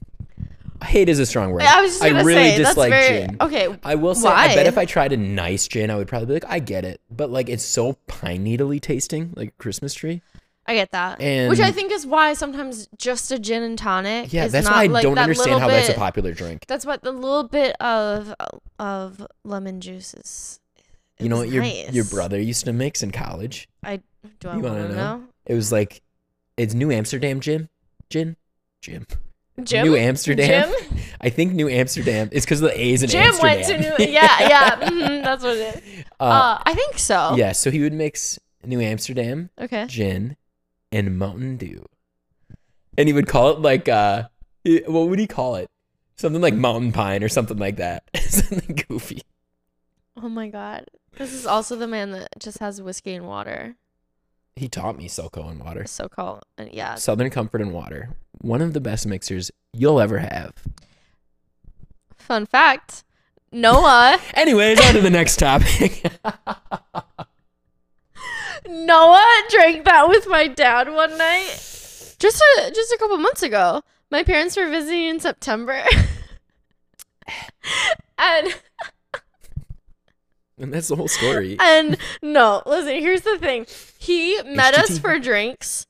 A: Hate is a strong word.
B: I was just gonna
A: really
B: say
A: dislike
B: that's very
A: gin.
B: okay.
A: I will say, I
B: Why?
A: bet if I tried a nice gin, I would probably be like, I get it, but like it's so pine needly tasting, like a Christmas tree.
B: I get that,
A: And-
B: which I think is why sometimes just a gin and tonic.
A: Yeah,
B: is
A: that's
B: not,
A: why I
B: like,
A: don't
B: that
A: understand
B: little
A: how that's a
B: bit-
A: popular drink.
B: That's what the little bit of of lemon juice is. it
A: You know
B: was
A: what your your
B: nice.
A: brother used to mix in college?
B: I do. I
A: You
B: want
A: wanna
B: to know?
A: know? It was like, it's New Amsterdam gin, gin, gin.
B: Jim.
A: New Amsterdam.
B: Jim?
A: I think New Amsterdam. It's because of the A's in
B: Jim
A: Amsterdam.
B: went to New. Yeah, yeah. Oh. mhm, that's what it is. Uh,
A: Uh,
B: I think so.
A: Yeah, so he would mix New Amsterdam
B: Okay.
A: gin and Mountain Dew, and he would call it like uh, he- what would he call it? Something like Mountain Pine or something like that. something goofy.
B: Oh my god. This is also the man that just has whiskey and water,
A: He taught me Silco and water,
B: so called. And yeah.
A: Southern Comfort and water. One of the best mixers you'll ever have.
B: Fun fact: Noah,
A: Anyways, on to the next topic.
B: Noah drank that with my dad one night, just a just a couple months ago. My parents were visiting in September, and.
A: and that's the whole story.
B: and no, listen, here's the thing. He met us
A: HTT.
B: for drinks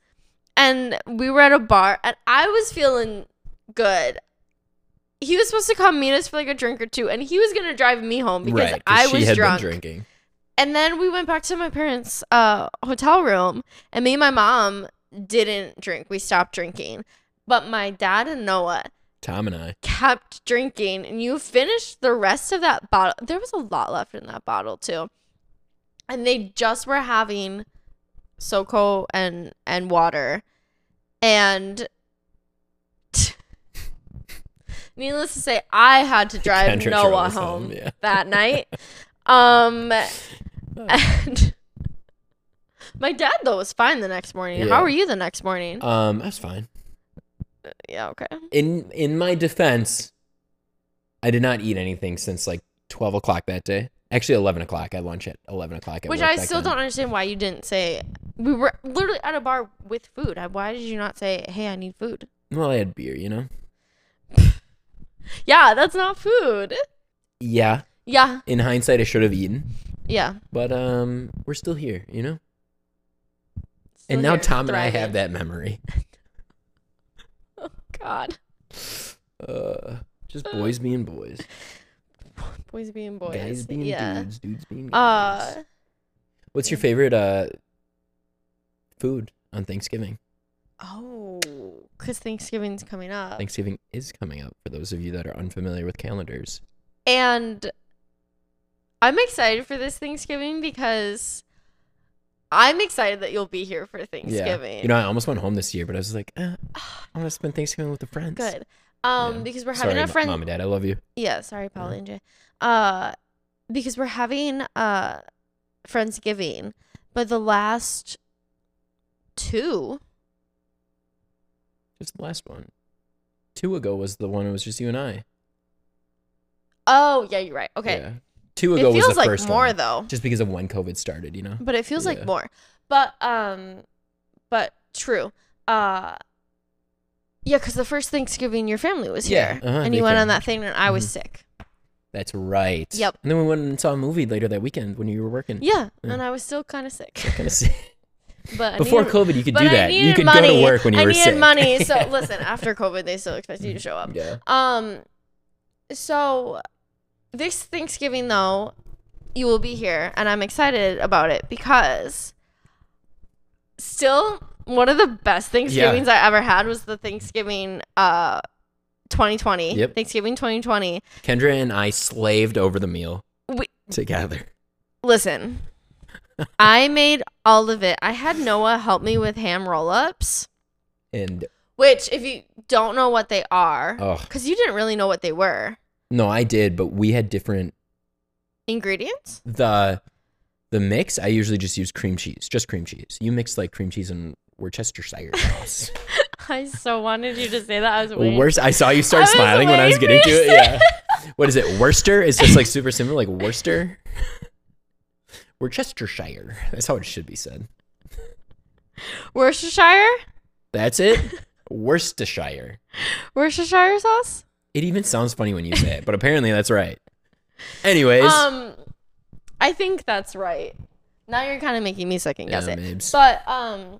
B: and we were at a bar and I was feeling good. He was supposed to come meet us for like a drink or two and he was going to drive me home because
A: right, 'cause
B: I
A: she
B: was
A: had
B: drunk.
A: been drinking.
B: And then we went back to my parents' uh, hotel room, and me and my mom didn't drink. We stopped drinking. But my dad and Noah
A: Tom and I.
B: kept drinking and you finished the rest of that bottle. There was a lot left in that bottle too. And they just were having Soko and and water. And Needless to say, I had to drive
A: Kendra drove
B: Noah
A: us
B: home,
A: home, yeah.
B: that night. Um, and my dad though was fine the next morning.
A: Yeah.
B: How were you the next morning?
A: Um, I was fine.
B: yeah, okay.
A: In in my defense, I did not eat anything since like twelve o'clock that day. Actually, eleven o'clock. I had lunch at eleven o'clock. At
B: Which
A: work
B: I
A: back
B: still
A: then.
B: don't understand why you didn't say. We were literally at a bar with food. I- Why did you not say, "Hey, I need food"?
A: Well, I had beer, you know.
B: Yeah, that's not food.
A: Yeah.
B: Yeah,
A: In hindsight, I should have eaten,
B: yeah.
A: but um, we're still here, you know.
B: Still
A: and now
B: here,
A: Tom and I have
B: thriving.
A: that memory.
B: God,
A: Uh, just boys being boys,
B: boys being boys.
A: guys being
B: yeah.
A: dudes, dudes being guys.
B: Uh,
A: What's your favorite uh food on Thanksgiving?
B: oh, because Thanksgiving's coming up.
A: Thanksgiving is coming up for those of you that are unfamiliar with calendars.
B: And I'm excited for this Thanksgiving because I'm excited that you'll be here for Thanksgiving.
A: You know, I almost went home this year, but I was like, eh, I want to spend Thanksgiving with the friends.
B: good. Um,
A: Yeah.
B: because we're
A: Sorry,
B: having a
A: Mo-
B: friend.
A: Mom and Dad, I love you.
B: Yeah, sorry, Paul and Jay. Uh, because we're having uh Friendsgiving, but the last two.
A: Just the last one. Two ago was the one it was just you and I.
B: Oh yeah, you're right. Okay,
A: Yeah. Two
B: it
A: ago was
B: feels
A: the
B: like
A: first
B: more
A: one.
B: though,
A: Just because of when COVID started, you know?
B: but it feels
A: Yeah.
B: like more. But um, but true. Uh, yeah, because the first Thanksgiving your family was
A: Yeah,
B: here,
A: uh-huh,
B: and
A: they
B: you went
A: came. Mm-hmm.
B: on that thing, and I was sick.
A: That's right.
B: Yep.
A: And then we went and saw a movie later that weekend when you were working.
B: Yeah,
A: Mm-hmm. Yeah.
B: and I was still kind of sick.
A: Kinda sick.
B: But I
A: Before
B: needed-
A: COVID, you could
B: but
A: do
B: I
A: that. You
B: needed
A: could go
B: money.
A: to work when you
B: I
A: were
B: needed
A: sick. Mm-hmm.
B: money. So listen, after COVID, they still expect you to show up.
A: yeah.
B: Um, so this Thanksgiving though, you will be here, and I'm excited about it because still one of the best Thanksgivings I ever had was the Thanksgiving uh 2020.
A: Yep.
B: Thanksgiving 2020.
A: Kendra and I slaved over the meal
B: We-
A: together.
B: Listen, I made all of it. I had Noah help me with ham roll ups,
A: And
B: which if you don't know what they are,
A: oh
B: because you didn't really know what they were.
A: no, I did, but we had different
B: Ingredients?
A: the the mix. I usually just use cream cheese, just cream cheese. You mix like cream cheese and Worcestershire sauce.
B: I so wanted you to say that. I was waiting.
A: Worst. I saw you start
B: I was
A: smiling when I was getting
B: waiting for
A: to
B: you
A: it.
B: to
A: Yeah. What is it? Worcester? It's just like super similar, like Worcester. Worcestershire. That's how it should be said.
B: Worcestershire?
A: That's it. Worcestershire.
B: Worcestershire sauce?
A: It even sounds funny when you say it, but apparently that's right. Anyways,
B: Um I think that's right. Now you're kind of making me second guess
A: yeah,
B: it.
A: babes.
B: But um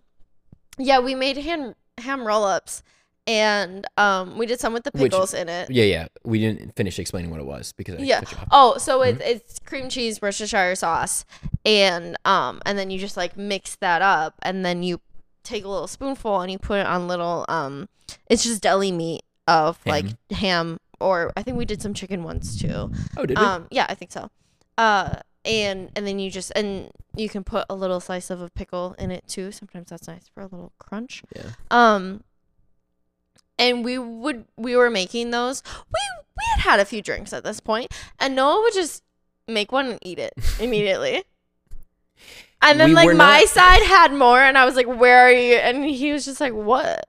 B: yeah, we made ham ham roll-ups and um we did some with the
A: Which-
B: pickles in it.
A: Yeah, yeah. We didn't finish explaining what it was because I
B: Yeah.
A: cut you off.
B: Oh, so it's
A: Mm-hmm.
B: it's cream cheese, Worcestershire sauce, and um, and then you just like mix that up, and then you take a little spoonful and you put it on little um, it's just deli meat of
A: Ham.
B: like ham or I think we did some chicken once too.
A: Oh, did we?
B: Um, yeah, I think so. Uh, and and then you just and you can put a little slice of a pickle in it too. Sometimes that's nice for a little crunch.
A: Yeah.
B: Um. And we would we were making those. We we had had a few drinks at this point, and Noah would just make one and eat it immediately. And then
A: We
B: like
A: were
B: my
A: not-
B: side had more, and I was like, "Where are you?" And he was just like, "What?"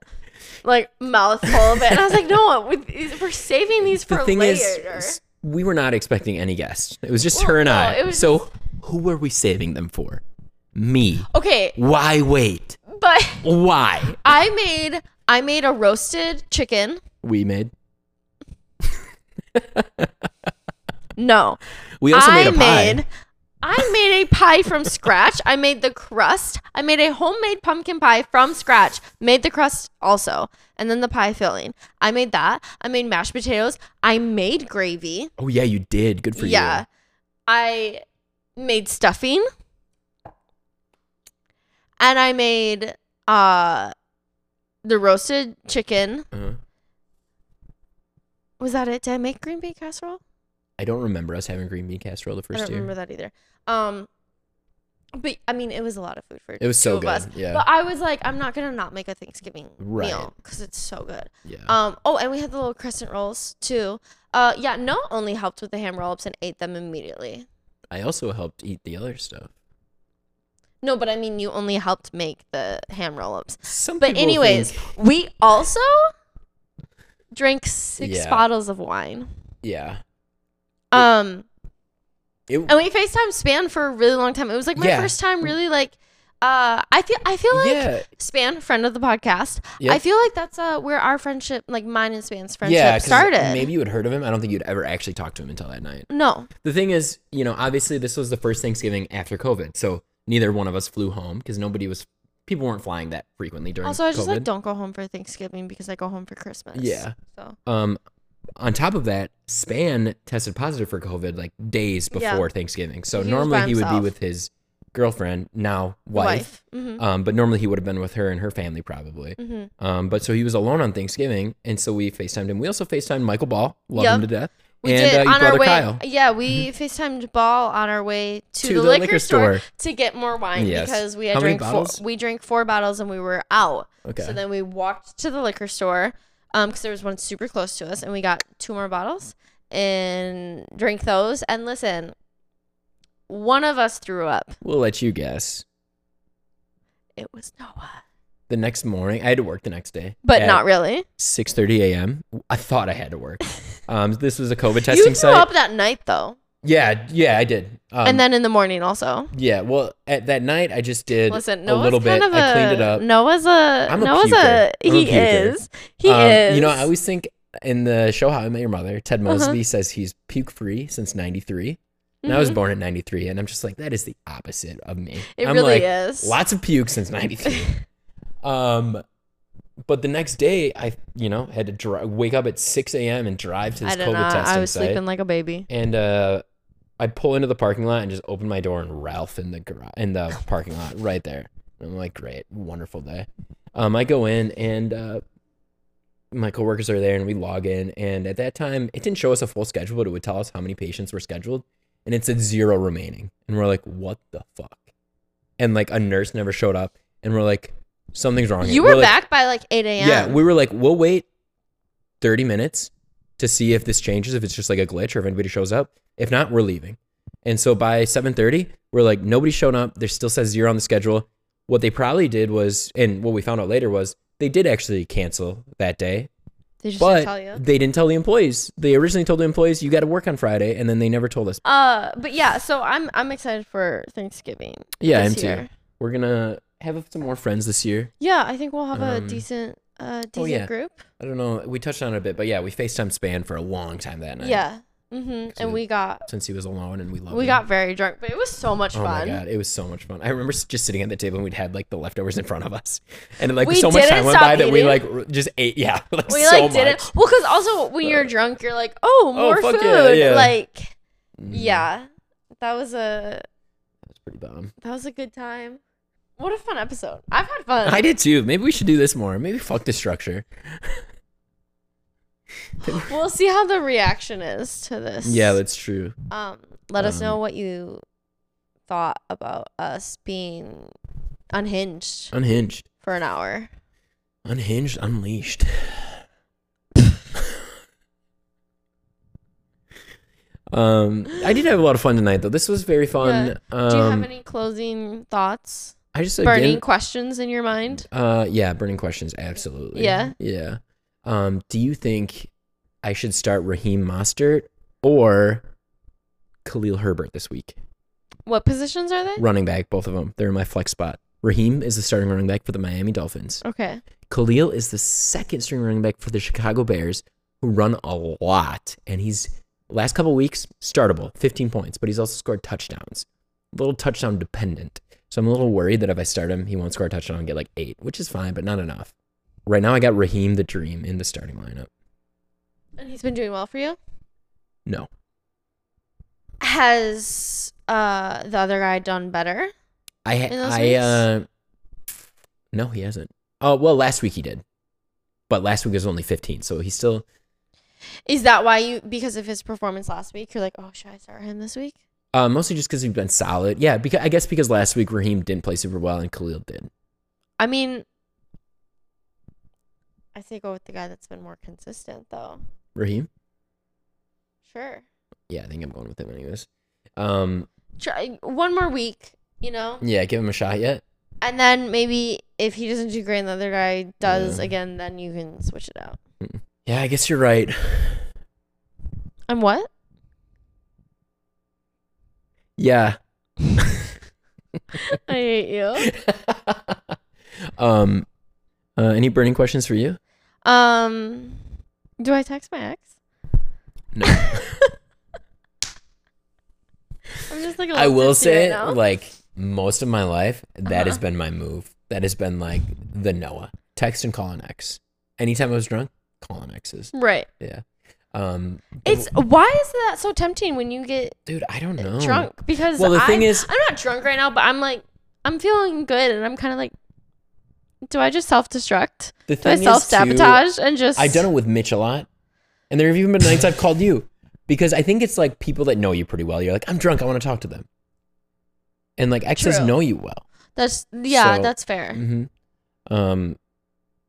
B: Like mouthful of it, and I was like, "No, we- we're saving these for
A: the thing
B: later."
A: is, s- we were not expecting any guests. It was just
B: Well,
A: her and
B: no,
A: I.
B: it was
A: so, who were we saving them for? Me.
B: okay,
A: Why wait?
B: but
A: Why?
B: I made I made a roasted chicken.
A: We made.
B: No,
A: We also
B: I
A: made a pie.
B: made I made a pie from scratch. I made the crust. I made a homemade pumpkin pie from scratch. Made the crust also, and then the pie filling. I made that. I made mashed potatoes. I made gravy.
A: oh yeah, you did. Good for
B: yeah.
A: you.
B: I made stuffing. And I made uh the roasted chicken.
A: Uh-huh.
B: Was that it? Did I make green bean casserole?
A: I don't remember us having green bean casserole the
B: I
A: first
B: don't
A: year.
B: remember that either. Um, But I mean, it was a lot of food for
A: It was
B: two
A: so
B: of
A: good.
B: us.
A: Yeah.
B: But I was like, I'm not gonna not make a Thanksgiving
A: Right.
B: meal because it's so good.
A: yeah.
B: Um. Oh, and we had the little crescent rolls too. Uh. Yeah. No, only helped with the ham roll ups and ate them immediately.
A: I also helped eat the other stuff.
B: No, but I mean, you only helped make the ham roll ups.
A: Some
B: But
A: people
B: anyways,
A: think-
B: we also drank six
A: Yeah.
B: bottles of wine.
A: yeah.
B: Um.
A: It,
B: and we FaceTime Span for a really long time. It was like my
A: Yeah.
B: first time really like uh I feel I feel like
A: yeah.
B: Span, friend of the podcast.
A: Yep.
B: I feel like that's uh where our friendship, like mine and Span's friendship
A: Yeah, 'cause
B: started.
A: Maybe you had heard of him. I don't think you'd ever actually talked to him until that night.
B: no.
A: The thing is, you know, obviously this was the first Thanksgiving after COVID, so neither one of us flew home because nobody was, people weren't flying that frequently during.
B: Also I just
A: COVID.
B: like don't go home for Thanksgiving because I go home for Christmas.
A: Yeah.
B: So
A: Um, on top of that, Span tested positive for COVID like days
B: Yeah.
A: before Thanksgiving. So
B: He was
A: normally
B: by
A: he would be
B: himself.
A: with his girlfriend, now wife.
B: wife. Mm-hmm.
A: Um, but normally he would have been with her and her family probably.
B: mm-hmm.
A: Um, but so he was alone on Thanksgiving, and so we FaceTimed him. We also FaceTimed Michael Ball, love
B: Yep.
A: him to death,
B: We
A: and
B: did
A: uh, your
B: on our
A: brother
B: way.
A: Kyle. Mm-hmm.
B: Yeah, we FaceTimed Ball on our way to, the, liquor, store, to get more wine
A: Yes.
B: because we had
A: How many
B: drank four,
A: bottles?
B: we drank four bottles and we were out.
A: Okay.
B: So then we walked to the liquor store because there was one super close to us, and we got two more bottles and drank those. And listen, one of us threw up.
A: we'll let you guess.
B: It was Noah,
A: The next morning, I had to work the next day,
B: but not really.
A: six thirty a.m. I thought I had to work. Um, this was a COVID
B: You
A: testing
B: threw
A: site.
B: up that night though,
A: Yeah, yeah, I did. Um,
B: and then in the morning also.
A: yeah, well, at that night I just did
B: Listen,
A: a
B: Noah's
A: little bit.
B: kind of a
A: I cleaned it up.
B: Noah's a
A: I'm a
B: Noah's
A: puker.
B: a,
A: I'm a
B: he
A: puker.
B: is he
A: Um,
B: is.
A: You know, I always think in the show How I Met Your Mother, Ted
B: Uh-huh.
A: Mosby says he's puke free since '93. And I was
B: Mhm.
A: born in 93, and I'm just like, that is the opposite of me.
B: It
A: I'm
B: really
A: like,
B: is.
A: Lots of puke since 93. um, but the next day, I, you know, had to dri- wake up at 6 a.m. and drive to this
B: I
A: COVID
B: did not.
A: testing
B: I was
A: site.
B: sleeping like a baby.
A: And uh, I pull into the parking lot and just open my door, and Ralph in the gar- in the parking lot right there. And I'm like, great, wonderful day. Um, I go in and uh, my coworkers are there, and we log in. And at that time, it didn't show us a full schedule, but it would tell us how many patients were scheduled, and it said zero remaining. And we're like, what the fuck? And like a nurse never showed up, and we're like, something's wrong. here."
B: You were
A: We're like,
B: back by like 8 a.m.
A: yeah, we were like, we'll wait 30 minutes to see if this changes, if it's just like a glitch or if anybody shows up. If not, we're leaving. And so by 7:30, we're like, nobody's shown up. There still says zero on the schedule. What they probably did was, and what we found out later was, they did actually cancel that day,
B: They just didn't
A: but
B: tell you.
A: they didn't tell the employees. They originally told the employees, "You got to work on Friday," and then they never told us.
B: Uh, but yeah, so I'm I'm excited for Thanksgiving.
A: Yeah,
B: this
A: I'm too.
B: year.
A: We're gonna have some more friends this year.
B: Yeah, I think we'll have
A: Um, oh,
B: a decent uh decent
A: yeah.
B: group.
A: I don't know. We touched on it a bit, but yeah, we Facetime Span for a long time that night.
B: Yeah. Mhm.
A: it-
B: And we got
A: since he was alone, and we loved.
B: we
A: him.
B: got very drunk, but it was so much
A: Oh
B: fun.
A: my god, it was so much fun. I remember s- just sitting at the table and we'd had like the leftovers in front of us, and like
B: We
A: so much
B: didn't
A: time went
B: stop
A: by that we
B: eating.
A: like r- just ate. Yeah, like,
B: We
A: so
B: like did
A: much.
B: it well because also when you're drunk, you're like, oh, more
A: fuck
B: food.
A: yeah, yeah.
B: Like,
A: Mm,
B: yeah, that was a
A: that's pretty bomb.
B: that was a good time. What a fun episode! I've had fun.
A: I did too. Maybe we should do this more. Maybe fuck the structure.
B: we'll see how the reaction is to this.
A: Yeah, that's true.
B: um, let us know
A: Um,
B: what you thought about us being unhinged
A: Unhinged,
B: for an hour.
A: unhinged, unleashed. um, I did have a lot of fun tonight though. This was very fun. Um,
B: Do you have any closing thoughts,
A: I just
B: burning
A: again,
B: questions in your mind?
A: Uh, yeah, burning questions, absolutely.
B: Yeah.
A: yeah. Um, do you think I should start Raheem Mostert or Khalil Herbert this week?
B: What positions are they?
A: Running back, both of them. They're in my flex spot. Raheem is the starting running back for the Miami Dolphins.
B: Okay.
A: Khalil is the second string running back for the Chicago Bears, who run a lot, and he's last couple weeks startable, 15 points, but he's also scored touchdowns. A little touchdown dependent. So I'm a little worried that if I start him, he won't score a touchdown and get like eight, which is fine, but not enough. Right now, I got Raheem the Dream in the starting lineup.
B: And he's been doing well for you.
A: No,
B: Has uh the other guy done better?
A: I
B: In those
A: I
B: weeks?
A: uh, no, he hasn't. Oh well, last week he did, but last week was only 15, so he's still
B: Is that why you because of his performance last week, you're like, Oh, should I start him this week?
A: Uh, mostly just because we've been solid. Yeah, because I guess because last week Raheem didn't play super well and Khalil did.
B: I mean, I say go with the guy that's been more consistent, though.
A: Raheem?
B: Sure.
A: Yeah, I think I'm going with him anyways. Um,
B: Try one more week, you know,
A: yeah, give him a shot yet.
B: and then maybe if he doesn't do great and the other guy does
A: Yeah.
B: again, then you can switch it out.
A: Yeah, I guess you're right.
B: And what?
A: Yeah.
B: I hate you.
A: um, uh, any burning questions for you?
B: Um, do I text my ex?
A: No.
B: I'm just like a
A: I
B: little
A: will
B: tipsy
A: say,
B: right now.
A: like most of my life, that has
B: Uh-huh.
A: been my move. That has been like the Noah text and call an ex. Anytime I was drunk, call an exes.
B: right.
A: Um,
B: It's why is that so tempting when you get
A: dude, I don't know.
B: drunk? Because
A: Well, the
B: I,
A: thing is-
B: I'm not drunk right now, but I'm like, I'm feeling good, and I'm kind of like, do I just self destruct?
A: The
B: Do I
A: thing is,
B: self
A: too,
B: sabotage and just?
A: I've done it with Mitch a lot, and there have even been nights I've called you because I think it's like people that know you pretty well. You're like, I'm drunk. I want to talk to them, and like exes
B: True.
A: know you well.
B: That's yeah,
A: So-
B: that's fair.
A: hmm Um,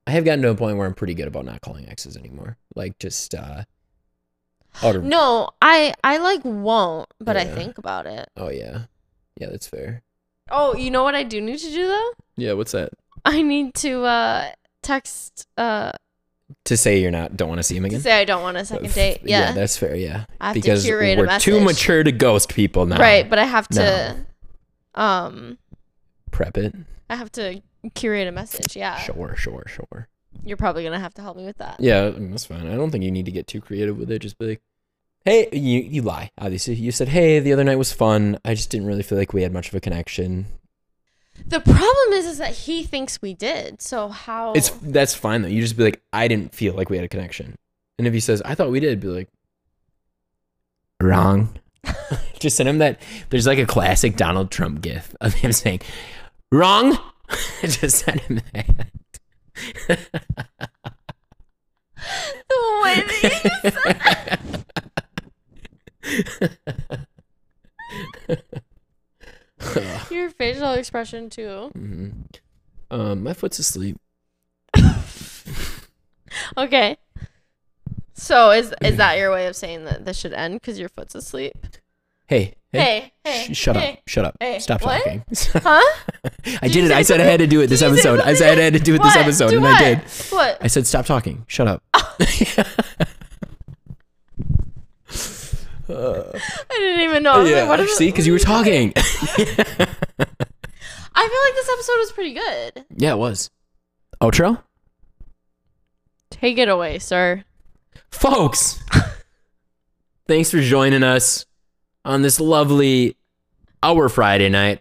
A: I have gotten to a point where I'm pretty good about not calling exes anymore. Like just uh, out of
B: No, I I like won't, but I
A: Yeah.
B: think about it.
A: Oh yeah, yeah, that's fair.
B: Oh, you know what I do need to do though?
A: Yeah, what's that?
B: I need to uh text uh
A: To say you're not don't want to see him
B: to
A: again.
B: say I don't want a second date. Yeah.
A: that's fair. Yeah,
B: I have
A: because
B: to curate
A: we're
B: a message.
A: too mature to ghost people now.
B: Right, but I have to um
A: Prep it.
B: I have to curate a message. Yeah.
A: Sure, sure, sure.
B: You're probably going to have to help me with that.
A: Yeah, that's fine. I don't think you need to get too creative with it. Just be like, hey, you you lie. Obviously, you said, hey, the other night was fun. I just didn't really feel like we had much of a connection.
B: The problem is is that he thinks we did. So how
A: It's that's fine though. You just be like, I didn't feel like we had a connection. And if he says, I thought we did, be like, wrong. just send him that. There's like a classic Donald Trump gif of him saying, wrong. just send him that.
B: the way that you just said that. Your facial expression too.
A: Mhm. Um, my foot's asleep.
B: Okay. So is is that your way of saying that this should end because your foot's asleep?
A: Hey, hey,
B: Hey, hey,
A: Sh- shut
B: hey.
A: up, shut up,
B: Hey.
A: stop
B: What?
A: talking.
B: Huh?
A: I
B: Did
A: did
B: you
A: it.
B: say
A: I said I had to do it this
B: Did you say
A: episode. I said I had to do it this
B: What?
A: episode,
B: Do
A: and
B: what?
A: I did.
B: What?
A: I said, stop talking. Shut up.
B: I didn't even know. I was like, Oh, what is
A: See,
B: it-
A: because you were talking.
B: I feel like this episode was pretty good.
A: yeah, it was. Outro?
B: Take it away, sir.
A: Folks, thanks for joining us on this lovely our Friday night,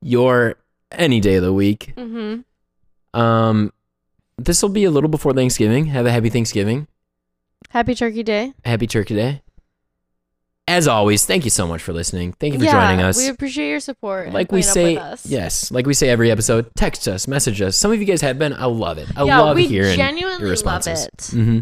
A: your any day of the week.
B: Mm-hmm.
A: Um, this will be a little before Thanksgiving. Have a happy Thanksgiving.
B: Happy Turkey Day.
A: Happy Turkey Day. As always, thank you so much for listening. Thank you for joining us.
B: We appreciate your support. and
A: like we
B: putting up
A: say,
B: with us.
A: yes, like we say every episode, text us, message us. Some of you guys have been. I love it. I
B: yeah,
A: love
B: we
A: hearing
B: genuinely
A: your
B: love
A: responses.
B: it.
A: hmm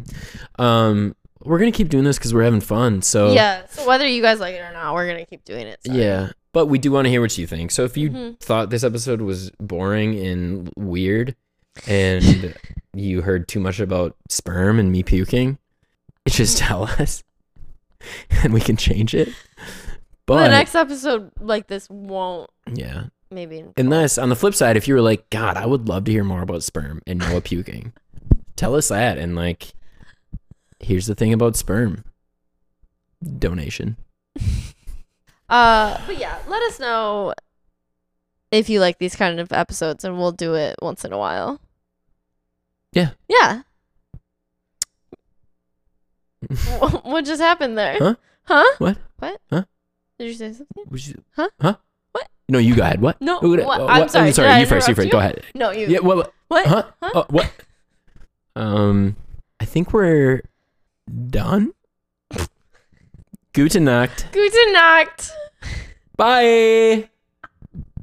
A: Um, we're gonna keep doing this because we're having fun. So
B: Yeah. So whether you guys like it or not, we're gonna keep doing it. so.
A: yeah. But we do want to hear what you think. So if you
B: Mhm.
A: thought this episode was boring and weird, and you heard too much about sperm and me puking, just tell us, and we can change it. But
B: the next episode like this won't
A: yeah,
B: maybe.
A: Unless on the flip side, if you were like, God, I would love to hear more about sperm and Noah puking, tell us that. And like, here's the thing about sperm donation.
B: Uh, but yeah, let us know if you like these kind of episodes, and we'll do it once in a while.
A: Yeah.
B: Yeah. Wha- what just happened there?
A: Huh?
B: Huh?
A: What?
B: What?
A: Huh?
B: Did you say something?
A: Would you-
B: Huh?
A: Huh?
B: What?
A: No, you go ahead. What?
B: No,
A: Who would-
B: what? I'm sorry, did I
A: you first. You
B: interrupt
A: first.
B: you?
A: Go ahead.
B: No, you.
A: Yeah. What? what-
B: What?
A: Huh?
B: Huh?
A: Uh, what? Um, I think we're done. Gute Nacht.
B: Guten Nacht.
A: Bye.